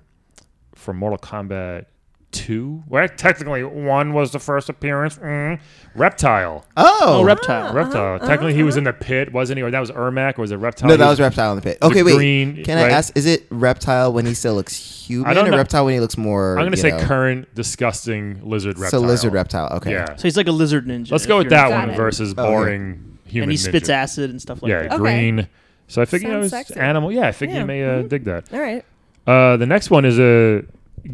S1: from Mortal Kombat Two. Well, technically, one was the first appearance. Mm. Reptile.
S3: Oh.
S4: Oh,
S6: Uh-huh,
S4: reptile.
S1: Reptile. Technically, he was in the pit, wasn't he? Or that was Ermac, or was it Reptile?
S3: no,
S1: He
S3: that was reptile in the pit.
S1: the
S3: Okay, wait.
S1: green,
S3: Can
S1: right?
S3: I ask? Is it reptile when he still looks human,
S1: don't
S3: or
S1: know.
S3: reptile when he looks more?
S1: I'm gonna
S3: you
S1: say
S3: know-
S1: current disgusting lizard reptile.
S3: So lizard reptile. Okay.
S1: Yeah.
S4: So he's like a lizard ninja.
S1: Let's
S4: if
S1: go with
S4: you're-
S1: that
S6: Got
S1: one
S6: it.
S1: versus
S3: Oh, okay.
S1: boring human.
S4: And he spits
S1: ninja.
S4: acid and stuff like
S1: Yeah,
S4: that.
S6: Okay.
S1: green. So I figure you know,
S6: Sounds
S1: it's
S6: sexy.
S1: animal. Yeah, I figure
S6: Yeah. Mm-hmm.
S1: you may uh, dig that.
S6: All right.
S1: Uh, the next one is a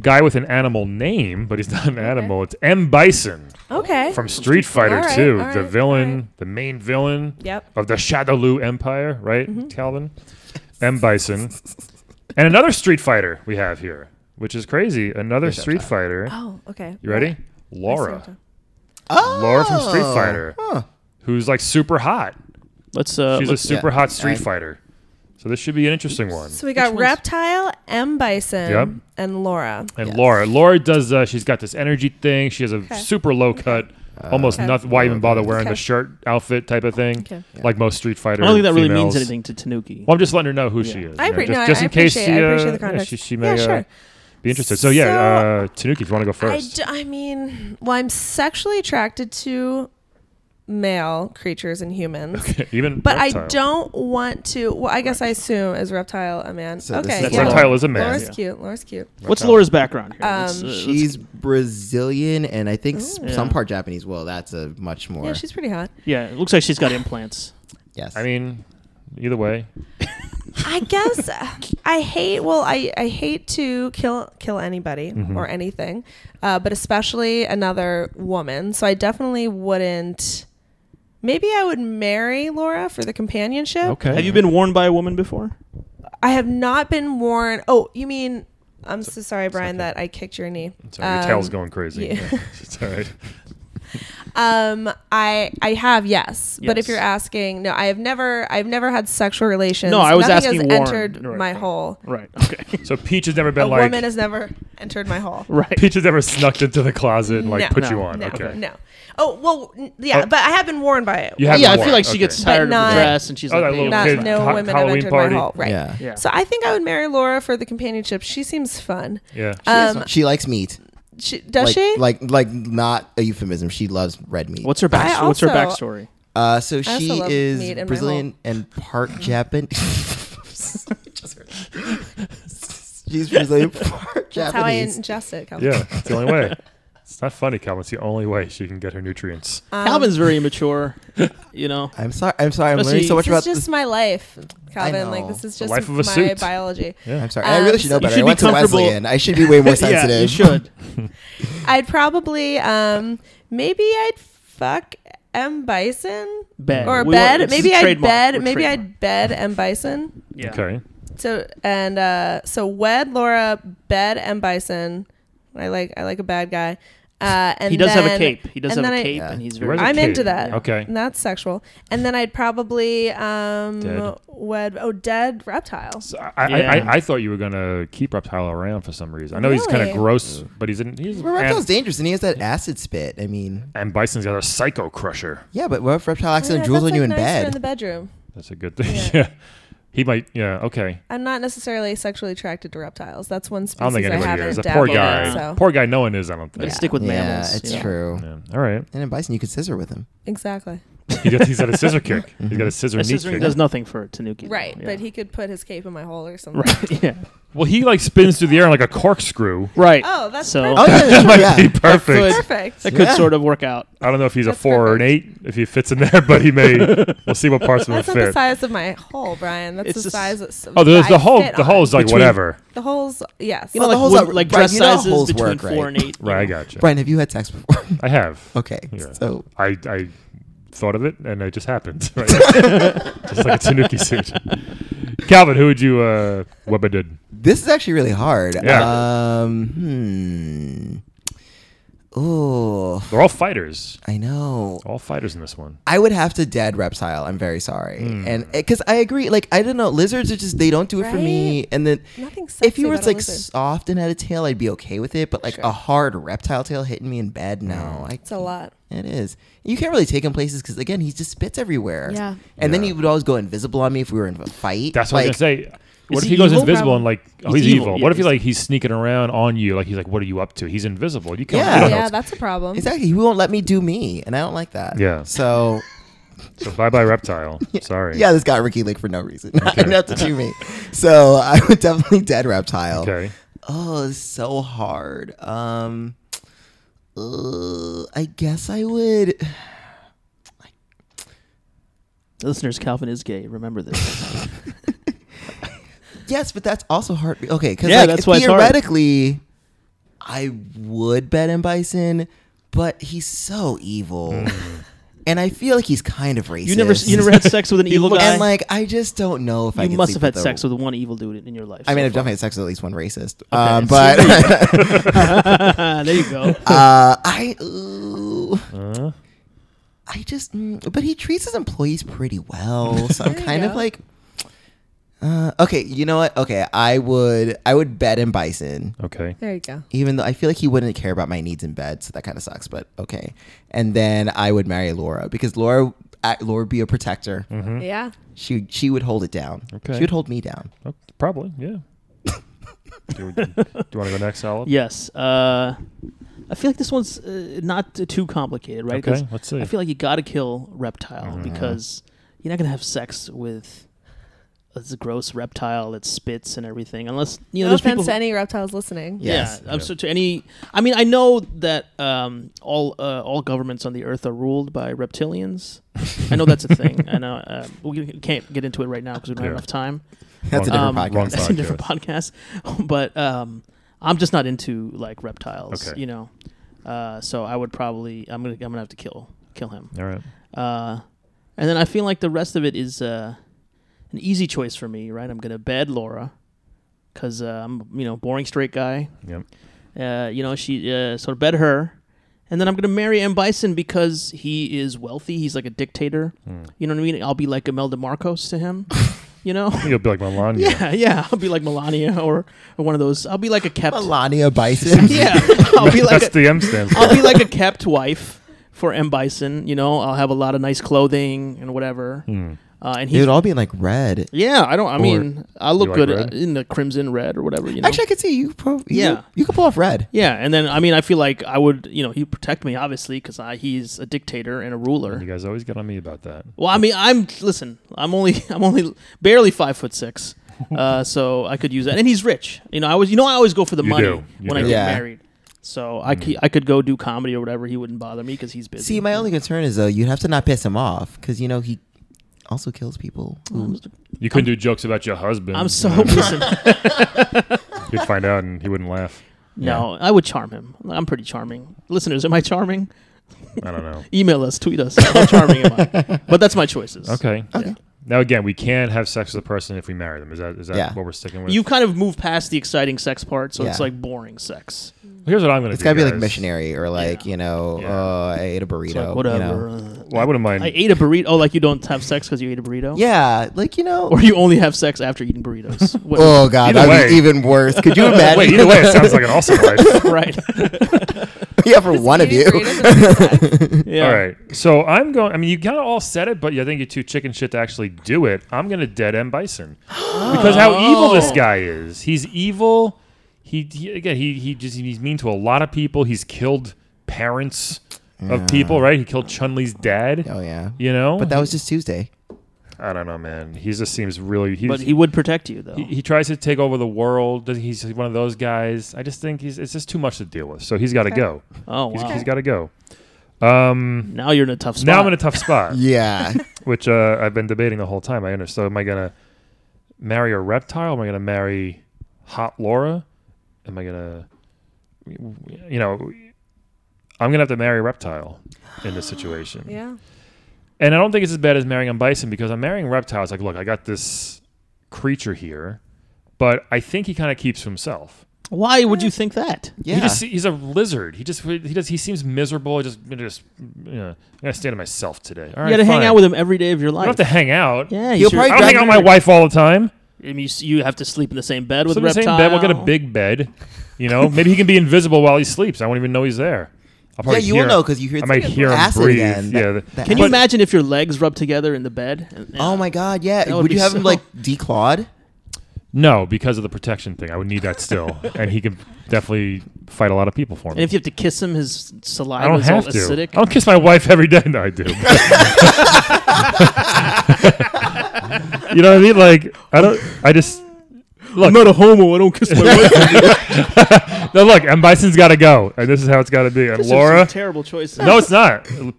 S1: guy with an animal name, but he's not an animal. It's M Bison
S6: Okay.
S1: from Street Fighter
S6: All right,
S1: 2,
S6: all
S1: the
S6: right,
S1: villain,
S6: all right.
S1: the main villain
S6: Yep. Mm-hmm.
S1: of the Shadaloo Empire, right, Calvin? M Bison, and another Street Fighter we have here, which is crazy. Another Street Fighter.
S6: Oh, okay.
S1: You ready?
S6: Nice
S1: Laura.
S6: photo.
S3: Oh.
S1: Laura from Street Fighter.
S3: Huh.
S1: who's like super hot.
S4: Let's uh
S1: She's a
S4: let's,
S1: super
S3: yeah.
S1: hot Street
S3: I-
S1: Fighter. So this should be an interesting one.
S6: So we got
S4: one's-
S6: Reptile, M Bison,
S1: Yep.
S6: and Laura.
S1: And
S3: Yes.
S1: Laura, Laura does. Uh, she's got this energy thing. She has a super low cut,
S4: Uh,
S1: almost
S6: Okay.
S1: nothing. Why even bother wearing
S6: Okay.
S1: the shirt outfit type of thing?
S6: Okay.
S1: Like most Street Fighter.
S4: I don't think that really
S1: females.
S4: means anything to Tanuki.
S1: Well, I'm just letting her know who she
S4: Yeah.
S1: is.
S6: I
S1: you know,
S6: appre-
S1: just,
S6: no, I-
S1: just in
S6: I
S1: case
S6: appreciate-
S1: she,
S6: I
S1: uh,
S6: appreciate the
S1: yeah,
S6: context.
S1: she, she may
S6: Yeah,
S1: uh,
S6: sure.
S1: be interested. So yeah,
S6: So-
S1: uh, Tanuki, if you want to go
S6: I,
S1: first.
S6: d- I mean, well, I'm sexually attracted to male creatures and humans.
S1: even
S6: But I
S1: reptile.
S6: don't want to. Well, I guess I assume is reptile a man.
S3: So this
S6: okay,
S3: is
S1: yeah. Reptile is a man,
S6: Laura's
S1: yeah.
S6: cute. Laura's cute.
S4: What's Laura's background here? Let's,
S6: Um,
S4: uh, let's-
S3: She's Brazilian and I think s-
S4: Ooh.
S3: some
S4: Yeah.
S3: part Japanese. Well, that's a much more.
S6: Yeah, she's pretty hot.
S4: yeah, it looks like she's got implants.
S3: yes.
S1: I mean, either way,
S6: I guess uh, I hate. Well, I, I hate to kill kill anybody
S4: Mm-hmm.
S6: or anything, uh, but especially another woman. So I definitely wouldn't. Maybe I would marry Laura for the companionship.
S1: okay.
S4: Have you been worn by a woman before?
S6: I have not been worn. Oh, you mean? I'm so sorry, Brian, that I kicked your knee.
S1: Sorry, your tail's
S6: Um,
S1: going crazy.
S6: yeah.
S1: it's all right.
S6: Um, I I have yes, but if
S4: Yes.
S6: you're asking, no, I have never I've never had sexual relations.
S4: No, I was
S6: Nothing
S4: asking
S6: has
S4: Warren.
S6: entered
S4: Right,
S6: my
S4: right.
S6: hole.
S4: Right. Okay.
S1: So Peach has never been
S6: A
S1: like
S6: woman has never entered my hole.
S4: right.
S1: Peach has never snuck into the closet and like
S6: No.
S1: put
S4: No.
S1: you on.
S6: No,
S1: okay.
S6: no. Oh well, n- yeah,
S1: Oh.
S6: but I have been warned by it.
S1: You have
S4: yeah, I
S1: more.
S4: feel like she
S1: Okay.
S4: gets
S6: But
S4: tired of
S6: not-
S4: the dress and she's
S1: Oh,
S4: like,
S1: that little
S4: "Man,
S6: Not,
S1: kid
S4: it's
S6: no
S1: ha-
S6: women
S1: Halloween
S6: have entered
S1: party.
S6: my hole. Right.
S3: Yeah.
S4: Yeah.
S6: So I think I would marry Laura for the companionship. She seems fun.
S1: Yeah.
S6: Um,
S3: she likes meat.
S6: she, does
S3: like,
S6: she?
S3: Like, like not a euphemism. She loves red meat.
S4: What's her back?
S6: I
S4: what's her
S6: also-
S4: backstory?
S3: Uh, so
S6: also
S3: she
S6: love meat in my
S3: is
S6: home.
S3: Brazilian and part Japanese. She's Brazilian, part
S6: That's how I
S3: Japanese.
S6: ingest it. Calvin.
S1: Yeah, it's the only way. It's not funny, Calvin. It's the only way she can get her nutrients.
S6: um,
S4: Calvin's very immature. You know.
S3: I'm sorry. I'm sorry. I'm
S4: Let's
S3: learning
S4: see.
S3: so much
S6: This Oh, is
S3: about
S6: just
S3: this.
S6: my life, Calvin.
S3: know.
S6: Like this is
S1: The
S6: just
S1: life of a
S6: my
S1: suit.
S6: biology.
S3: I'm sorry. I really should know
S6: Um,
S4: You
S3: better. I
S4: should be
S3: went to
S4: comfortable.
S3: Wesleyan. I should be way more sensitive.
S4: Yeah, you should.
S6: I'd probably, um, maybe I'd fuck M Bison
S4: Bed We
S6: or
S4: won't-
S6: bed.
S4: it's
S6: Maybe
S4: a
S6: I'd
S4: trademark.
S6: bed.
S4: We're
S6: Maybe
S4: trademark.
S6: I'd bed M Bison.
S4: Yeah.
S1: Okay.
S6: So and uh, so wed Laura, bed M Bison. I like I like a bad guy. Uh, and
S4: He does have a
S6: then-
S4: cape. He does
S6: and
S4: have a
S6: then I-
S4: cape,
S3: Yeah.
S4: and he's
S1: He
S4: very.
S1: wears a
S6: I'm
S1: cape.
S6: into that.
S1: Okay.
S6: And that's sexual. And then I'd probably um
S1: Dead.
S6: wed oh dead reptile.
S1: So I, I,
S4: Yeah.
S1: I, I thought you were gonna keep Reptile around for some reason. I know he's kind
S6: Really?
S1: of gross, but he's in, he's
S3: Well, reptile's
S1: and,
S3: dangerous, and he has that acid spit. I mean,
S1: and Bison's got a psycho crusher.
S3: yeah, but what if reptile
S6: Oh, Yeah,
S3: accident
S6: that's,
S3: drools on
S6: like,
S3: you in
S6: nicer
S3: bed?
S6: in the bedroom.
S1: That's a good thing. Yeah.
S6: Yeah.
S1: He might. Yeah. Okay.
S6: I'm not necessarily sexually attracted to reptiles. That's one
S1: I
S6: species
S1: don't think
S6: I
S1: anybody
S6: haven't
S1: is. A poor
S6: dabbled
S1: guy.
S6: in. So
S1: Poor guy. No one is. I don't
S4: They
S1: think.
S4: stick with
S3: yeah,
S4: mammals.
S3: it's
S4: you know.
S3: true.
S1: Yeah. All right.
S3: And in bison, you could scissor with him.
S6: exactly
S1: He got, he's got a scissor kick. He's got a scissor
S4: A
S1: knee
S4: scissoring
S1: kick.
S4: does nothing for a Tanuki. though.
S6: right,
S4: Yeah.
S6: but he could put his cape in my hole or something.
S4: Right. Yeah.
S1: well, he like spins through the air like a corkscrew.
S4: Right.
S6: Oh, that's
S4: so.
S6: perfect.
S3: Oh yeah, yeah,
S1: Might
S3: yeah.
S1: be perfect.
S6: Perfect.
S4: That could
S3: Yeah.
S4: sort of work out.
S1: I don't know if he's a
S6: That's
S1: four or an eight if he fits in there, but he may. we'll see what parts of him
S6: That's not the
S1: fit.
S6: size of my hole, Brian. That's
S4: It's
S6: the
S4: just-
S6: size. Of,
S1: Oh, there's
S6: I
S1: the whole.
S6: fit
S1: The
S6: on.
S1: whole is like
S4: Between-
S1: whatever.
S6: The holes. Yes.
S4: You
S3: Well,
S4: know,
S3: the
S4: like,
S3: holes
S4: wood-
S3: are-
S4: like
S3: right,
S4: dress
S3: you know how
S4: sizes
S3: holes
S4: between
S3: work,
S4: four
S3: right?
S4: and eight. you
S1: Right. I
S4: know.
S1: gotcha.
S3: Brian, have you had sex before?
S1: I have.
S3: okay,
S1: Yeah.
S3: so
S1: I I thought of it and it just happened. Right. just like a Tanuki suit. Calvin, who would you uh webba did?
S3: this is actually really hard.
S1: Yeah.
S3: Um, hmm. Ooh,
S1: They're all fighters.
S3: I know.
S1: All fighters in this one.
S3: I would have to dead reptile. I'm very sorry,
S1: Hmm.
S3: and because I agree, like I don't know, lizards are just they don't do it for me.
S6: Right?
S3: And then
S6: Nothing sexy
S3: if you were
S6: about a
S3: like
S6: lizard.
S3: soft and had a tail, I'd be okay with it. But like a hard reptile tail hitting me in bed, no, I,
S6: It's a lot.
S3: it is. You can't really take him places because again, he just spits everywhere.
S6: Yeah.
S3: and then
S1: Yeah.
S3: he would always go invisible on me if we were in a fight.
S1: That's what I
S3: Like,
S1: was gonna say. What
S4: Is
S1: if
S4: he
S1: he goes
S4: evil?
S1: invisible and like oh
S4: He's
S1: he's,
S4: evil,
S1: evil?
S4: yeah,
S1: What if he
S4: he's-
S1: like he's sneaking around on you like he's like what are you up to? He's invisible. You can't.
S3: Yeah.
S1: you don't know
S6: Yeah,
S1: what's-
S6: that's a problem.
S3: Exactly. He won't let me do me, and I don't like that.
S1: Yeah.
S3: So
S1: So bye bye reptile. Sorry.
S3: yeah, this got Ricky Lake for no reason. Not to do me. So I would definitely dead reptile.
S1: Okay.
S3: Oh, it's so hard. Um, uh, I guess I would.
S4: Listeners, Calvin is gay. Remember this.
S3: Yes, but that's also hard. Okay, because
S4: Yeah,
S3: like,
S4: that's why it's hard.
S3: theoretically, I would bet M Bison, but he's so evil, and I feel like he's kind of racist.
S4: you never, you never had sex with an evil guy.
S3: And like, I just don't know if I
S4: you
S3: could
S4: must
S3: sleep
S4: have had
S3: the-
S4: sex with one evil dude in your life.
S3: I mean,
S4: so
S3: I've
S4: far.
S3: definitely had sex with at least one racist,
S4: Okay.
S3: um, but
S4: there you go.
S3: uh, I, ooh,
S1: Uh,
S3: I just, mm, but he treats his employees pretty well, so I'm
S6: There you
S3: kind of
S6: go.
S3: like, uh, okay, you know what? Okay, I would, I would bet in Bison,
S1: Okay.
S6: There you go.
S3: even though I feel like he wouldn't care about my needs in bed, so that kind of sucks. But okay, and then I would marry Laura because Laura, uh, Laura would be a protector.
S4: Mm-hmm.
S6: Yeah.
S3: She she would hold it down.
S1: Okay.
S3: she would hold me down.
S1: Oh, probably. Yeah. do, we- do you want to go next, Olive?
S4: Yes. Uh, I feel like this one's uh, not t- too complicated, right?
S1: Okay,
S4: 'Cause
S1: let's see.
S4: I feel like you got to kill reptile
S3: Mm-hmm.
S4: because you're not gonna have sex with this gross reptile that spits and everything, unless you know
S6: no
S4: there's
S6: offense
S4: people.
S6: to any reptiles listening.
S4: yeah,
S3: Yes.
S4: I'm so to any. I mean, I know that um, all uh, all governments on the earth are ruled by reptilians. I know that's a thing. I know uh, we can't get into it right now because we don't have
S1: Yeah.
S4: enough time.
S3: That's a
S1: Wrong-
S4: Um,
S3: different
S1: wrong
S3: podcast.
S4: That's a different podcast. but um, I'm just not into like reptiles,
S1: Okay.
S4: you know. Uh, so I would probably I'm gonna I'm gonna have to kill kill him.
S1: All right.
S4: Uh, and then I feel like the rest of it is uh, an easy choice for me, right? I'm gonna bed Laura because uh, I'm you know boring straight guy.
S1: Yep.
S4: Uh, you know she uh, sort of bed her, and then I'm gonna marry M Bison because he is wealthy. He's like a dictator.
S3: Hmm.
S4: You know what I mean? I'll be like Imelda Marcos to him. you know?
S1: You'll be like Melania.
S4: Yeah, yeah. I'll be like Melania or, or one of those. I'll be like a kept.
S3: Melania Bison.
S4: Yeah, I'll be like
S1: That's
S4: a,
S1: the M stands. for.
S4: I'll be like a kept wife for M Bison. You know, I'll have a lot of nice clothing and whatever.
S1: Hmm.
S4: Uh, and
S3: It
S4: he,
S3: would all be in like red.
S4: yeah, I don't. I mean, I
S1: You
S4: look
S1: like
S4: good
S1: red?
S4: uh in the crimson red or whatever. You know.
S3: Actually, I could see you. Pro-
S4: Yeah.
S3: you, you could pull off red.
S4: yeah, and then I mean, I feel like I would. You know, he would protect me obviously because he's a dictator and a ruler.
S1: You guys always get on me about that.
S4: Well, I mean, I'm listen. I'm only I'm only barely five foot six, uh, so I could use that. And he's rich. You know, I always you know I always go for the
S1: You
S4: money
S1: do. You
S4: when I
S1: do. Mm.
S4: get
S3: Yeah.
S4: married. So I could I could go do comedy or whatever. He wouldn't bother me because he's busy.
S3: See, my only concern is though you'd have to not piss him off because you know he also kills people. who-
S1: You couldn't do jokes about your husband.
S4: I'm so listen.
S1: You'd find out, and he wouldn't laugh.
S4: No, I would charm him. I'm pretty charming. Listeners, am I charming?
S1: I don't know.
S4: Email us, tweet us. How charming am I? But that's my choices.
S1: Okay.
S3: Okay.
S1: Now again, we can't have sex with a person if we marry them. Is that is that
S3: Yeah.
S1: what we're sticking with?
S4: You kind of move past the exciting sex part, so it's
S3: Yeah.
S4: like boring sex.
S1: Here's what I'm gonna.
S3: It's
S1: do,
S3: gotta be like
S1: guys.
S3: missionary or like you know,
S1: Yeah.
S3: oh, I ate a burrito.
S4: It's like
S3: You
S4: whatever.
S3: know?
S4: Uh,
S1: Well, I wouldn't mind.
S4: I ate a burrito. Oh, like you don't have sex because you ate a burrito?
S3: Yeah, like you know.
S4: Or you only have sex after eating burritos? What-
S3: oh god,
S1: Either
S3: that would
S1: way.
S3: be even worse. Could you imagine?
S1: Wait, either way, it sounds like an awesome life.
S4: right.
S3: yeah, for one of you.
S4: Yeah.
S1: All right. So I'm going. I mean, you kind of all said it, but I think you're too chicken shit to actually do it. I'm going to dead end Bison because how evil
S4: Oh.
S1: this guy is. He's evil. He, he again. He he just he's mean to a lot of people. He's killed parents of people. Right. He killed Chun Li's dad.
S3: Oh yeah.
S1: You know.
S3: But that was just Tuesday.
S1: I don't know, man. He just seems really. He's,
S4: But he would protect you, though.
S1: he, he tries to take over the world. Does- He's one of those guys. I just think he's it's just too much to deal with. So he's got to go.
S4: oh,
S1: He's,
S4: wow.
S1: he's got to go. Um,
S4: now you're in a tough spot.
S1: now I'm in a tough spot,
S3: Yeah.
S1: which uh, I've been debating the whole time. I understand. So am I gonna marry a reptile? Am I gonna marry Hot Laura? Am I gonna, you know, I'm gonna have to marry a reptile in this situation.
S6: yeah.
S1: And I don't think it's as bad as marrying a bison because I'm marrying reptiles. Like, look, I got this creature here, but I think he kind of keeps to himself.
S4: Why would you think that?
S1: He
S3: Yeah.
S1: just he's a lizard. He just he does he seems miserable. He just he just you know, I'm gonna stay to myself today. All right,
S4: You got to hang
S1: fine.
S4: out with him every day of your
S1: I
S4: life.
S1: don't have to hang out.
S4: yeah,
S3: He'll
S4: you should-
S1: I
S3: probably
S1: don't hang out with my wife all the time.
S4: I mean, you, s- you have to sleep in the same bed with
S1: So in
S4: a
S1: the
S4: reptile.
S1: same bed, we'll get a big bed. You know, maybe he can be invisible while he sleeps. I won't even know he's there. I'll probably
S3: you will
S1: hear-
S3: know 'cause you hear
S1: I
S3: the
S1: might hear him
S3: acid
S1: breathe.
S3: again.
S1: Yeah.
S3: That- that
S4: Can you
S1: But-
S4: imagine if your legs rub together in the bed? And- and-
S3: Oh my god, yeah.
S4: would
S3: Would, you
S4: be
S3: have
S4: so-
S3: him like declawed?
S1: No, because of the protection thing. I would need that still, and he can definitely fight a lot of people for me.
S4: And if you have to kiss him, his saliva
S1: I don't
S4: is all
S1: have to. Oh,
S4: acidic.
S1: I don't kiss my wife every day. No, I do. you know what I mean? Like I don't. I just look.
S4: a homo. I don't kiss my wife.
S1: no, look. M Bison's got to go, and this is how it's got to be. And Laura.
S4: terrible choices.
S1: No, it's not. Uh,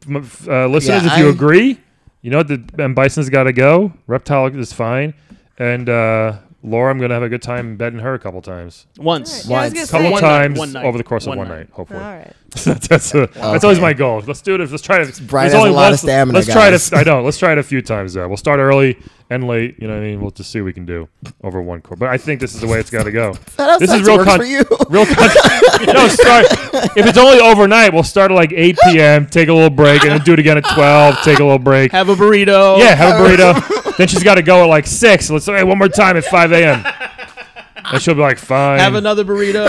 S1: listeners,
S3: Yeah,
S1: if you
S3: I-
S1: agree, you know what? The M Bison's got to go. Reptile is fine, and uh, Laura, I'm gonna have a good time betting her a couple times,
S4: Once.
S6: Yeah, I was
S3: Once.
S6: gonna
S1: a couple
S6: say.
S4: One night,
S1: times
S4: one night,
S1: over the course of
S4: one
S1: one night,
S4: night.
S6: All
S1: hopefully.
S6: right.
S1: that's that's, uh, that's always
S3: Okay.
S1: my goal. Let's do it. Let's try to.
S3: Brian
S1: there's
S3: has
S1: only
S3: a lot of
S1: once-
S3: stamina,
S1: Let's try
S3: guys.
S1: to. I know. Let's try it a few times though. We'll start early and late. You know what I mean? We'll just see what we can do over one quarter. But I think this is the way it's got to go.
S3: That how
S1: this
S3: sex works for you.
S1: Real con- no start. If it's only overnight, we'll start at like 8 p.m. Take a little break and then do it again at 12. Take a little break.
S4: Have a burrito.
S1: yeah, have a burrito. then she's got to go at like six. Let's hey one more time at 5 a.m. And she'll be like, fine.
S4: Have another burrito.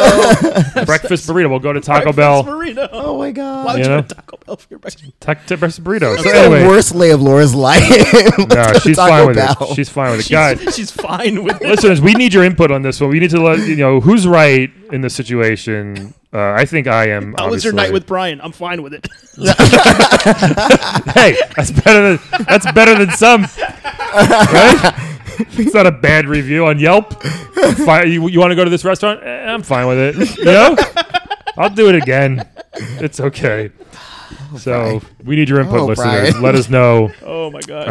S1: breakfast burrito. We'll go to Taco Bell.
S4: burrito.
S3: Oh my
S4: Why
S3: god.
S4: would
S1: You
S4: you
S1: know?
S4: go to Taco Bell for your breakfast?
S1: Tac- t- breakfast burrito. So
S3: It's
S1: anyway,
S3: the worst lay of Laura's life.
S1: No, she's
S3: Taco
S1: fine with
S3: Bell.
S1: it. She's fine with it. God,
S4: She's, she's fine with it.
S1: listeners, we need your input on this one. We need to let you know who's right in this situation. Uh, I think I am.
S4: How was
S1: obviously.
S4: your night with Brian? I'm fine with it.
S1: Hey, that's better than that's better than some. right? It's not a bad review on Yelp. I'm fine. You, you want to go to this restaurant? Eh, I'm fine with it. You know, I'll do it again. It's okay. So we need your input,
S3: Oh,
S1: listeners.
S3: Brian.
S1: Let us know
S4: Oh my gosh.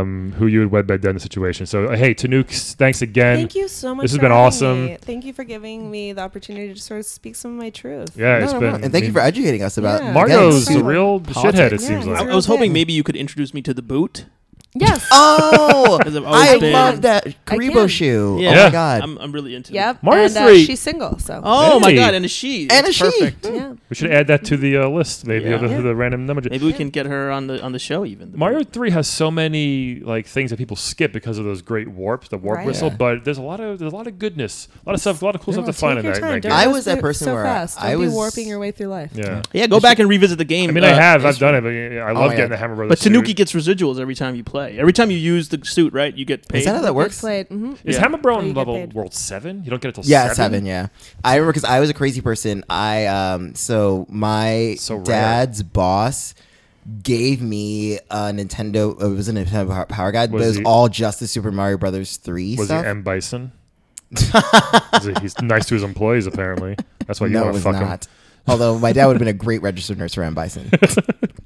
S1: um, who you would wed bed in the situation. So uh, hey, Tanooks, thanks again.
S6: Thank you so much.
S1: This has
S6: for
S1: been
S6: having
S1: awesome.
S6: me. Thank you for giving me the opportunity to sort of speak some of my truth.
S1: Yeah, it's
S3: No, no,
S1: been.
S3: no. And thank you for educating us about
S6: Yeah.
S3: again,
S1: Margo's
S3: super-
S1: a real
S3: politics.
S1: shithead. It
S6: Yeah,
S1: seems
S6: it's
S1: like.
S4: I was hoping
S6: Okay.
S4: maybe you could introduce me to the boot.
S7: Yes.
S3: Oh,
S4: 'Cause I've always
S3: I
S4: been-
S3: love that
S7: I
S3: Karibo
S7: can.
S3: shoe.
S4: Yeah.
S3: Oh
S1: Yeah.
S3: my god.
S4: I'm, I'm really into
S6: Yep.
S4: it.
S1: Mario
S6: and, uh,
S1: three-
S6: she's single, so
S4: Oh my
S1: Hey.
S4: god, and a she.
S3: and a
S4: That's
S3: she.
S4: perfect.
S6: yeah.
S1: We should add that to the uh, list, maybe
S4: Yeah.
S1: of the,
S4: Yeah.
S1: the random number.
S4: Maybe we can get her on the on the show even.
S1: Mario Three has so many like things that people skip because of those great warps, the warp
S6: Right.
S1: whistle. But there's a lot of there's a lot of goodness, a lot of stuff, a lot of cool
S6: No,
S1: stuff to
S6: take
S1: find in
S6: your
S1: that.
S6: time.
S1: that
S6: Don't
S1: game.
S3: I
S6: go
S3: was that
S6: through
S3: person
S6: so
S3: where
S6: fast.
S3: I
S6: Don't be
S3: was-
S6: warping your way through life.
S1: yeah.
S4: Yeah, go back and revisit the game.
S1: I mean,
S4: Uh,
S1: I have.
S4: it's-
S1: I've done it, but yeah, I
S3: Oh
S1: love
S3: my
S1: getting
S3: God.
S1: the Hammer Brothers.
S4: But
S1: suit.
S4: Tanuki gets residuals every time you play. Every time you use the suit, right? You get paid.
S3: Is that how that works?
S6: Played. mhm.
S1: is
S4: Yeah.
S1: Hammer
S6: Where you
S1: Brown
S6: get
S1: level
S6: paid.
S1: World Seven. You don't get it till
S3: Yeah, it's
S1: seven.
S3: seven. Yeah, I remember because I was a crazy person. I um, so my
S1: So rare.
S3: dad's boss gave me a Nintendo. It was a Nintendo Power- Power Guide, but
S1: Was
S3: it was
S1: he-
S3: all just the Super Mario Brothers three
S1: Was
S3: stuff.
S1: he M Bison? Is he- He's nice to his employees, apparently. That's why you
S3: no, it
S1: want to
S3: was
S1: fuck him.
S3: not. Although my dad would have been a great registered nurse for M Bison,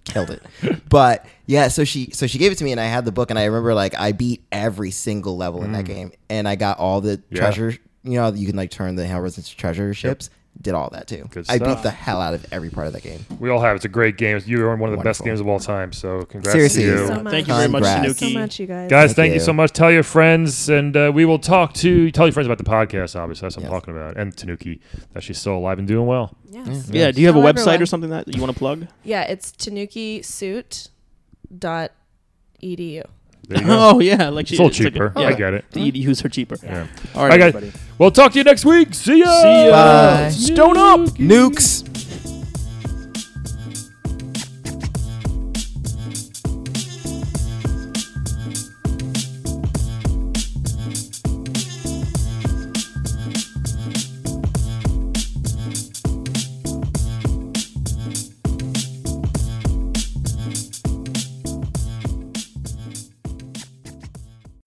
S3: killed it. But yeah, so she so she gave it to me, and I had the book, and I remember like I beat every single level in that game, and I got all the
S1: Mm. Yeah.
S3: treasure. You know, you can like turn the Hellraiser into treasure ships. Did all that too.
S1: Good
S3: I beat
S1: stuff.
S3: the hell out of every part of that game.
S1: We all have. It's a great game. You're one of the best
S3: Wonderful.
S1: games of all time. So congrats
S3: Seriously.
S1: to you.
S6: So much.
S4: Thank you very much,
S3: Congrats.
S6: so
S4: Tanuki.
S6: much, you guys.
S1: Guys,
S3: Thank
S1: thank, you.
S3: you.
S1: so much. Tell your friends, and uh, we will talk to tell your friends about the podcast. Obviously, that's what I'm
S3: Yes.
S1: talking about, and Tanuki that she's still alive and doing well.
S6: Yes.
S4: Yeah. Do you have a
S6: Tell
S4: website
S6: everyone.
S4: or something that you want to plug?
S6: Yeah, it's tanukisuit.edu. E
S1: There you go.
S4: Oh yeah, like she,
S1: It's a little
S4: like
S1: cheaper. I get it.
S4: The EDUs are cheaper.
S1: Yeah.
S4: All
S1: All
S4: right,
S1: right, guys.
S4: everybody.
S1: We'll talk to you next week. See ya.
S4: See ya.
S3: Bye.
S1: Stone up.
S3: Nukes.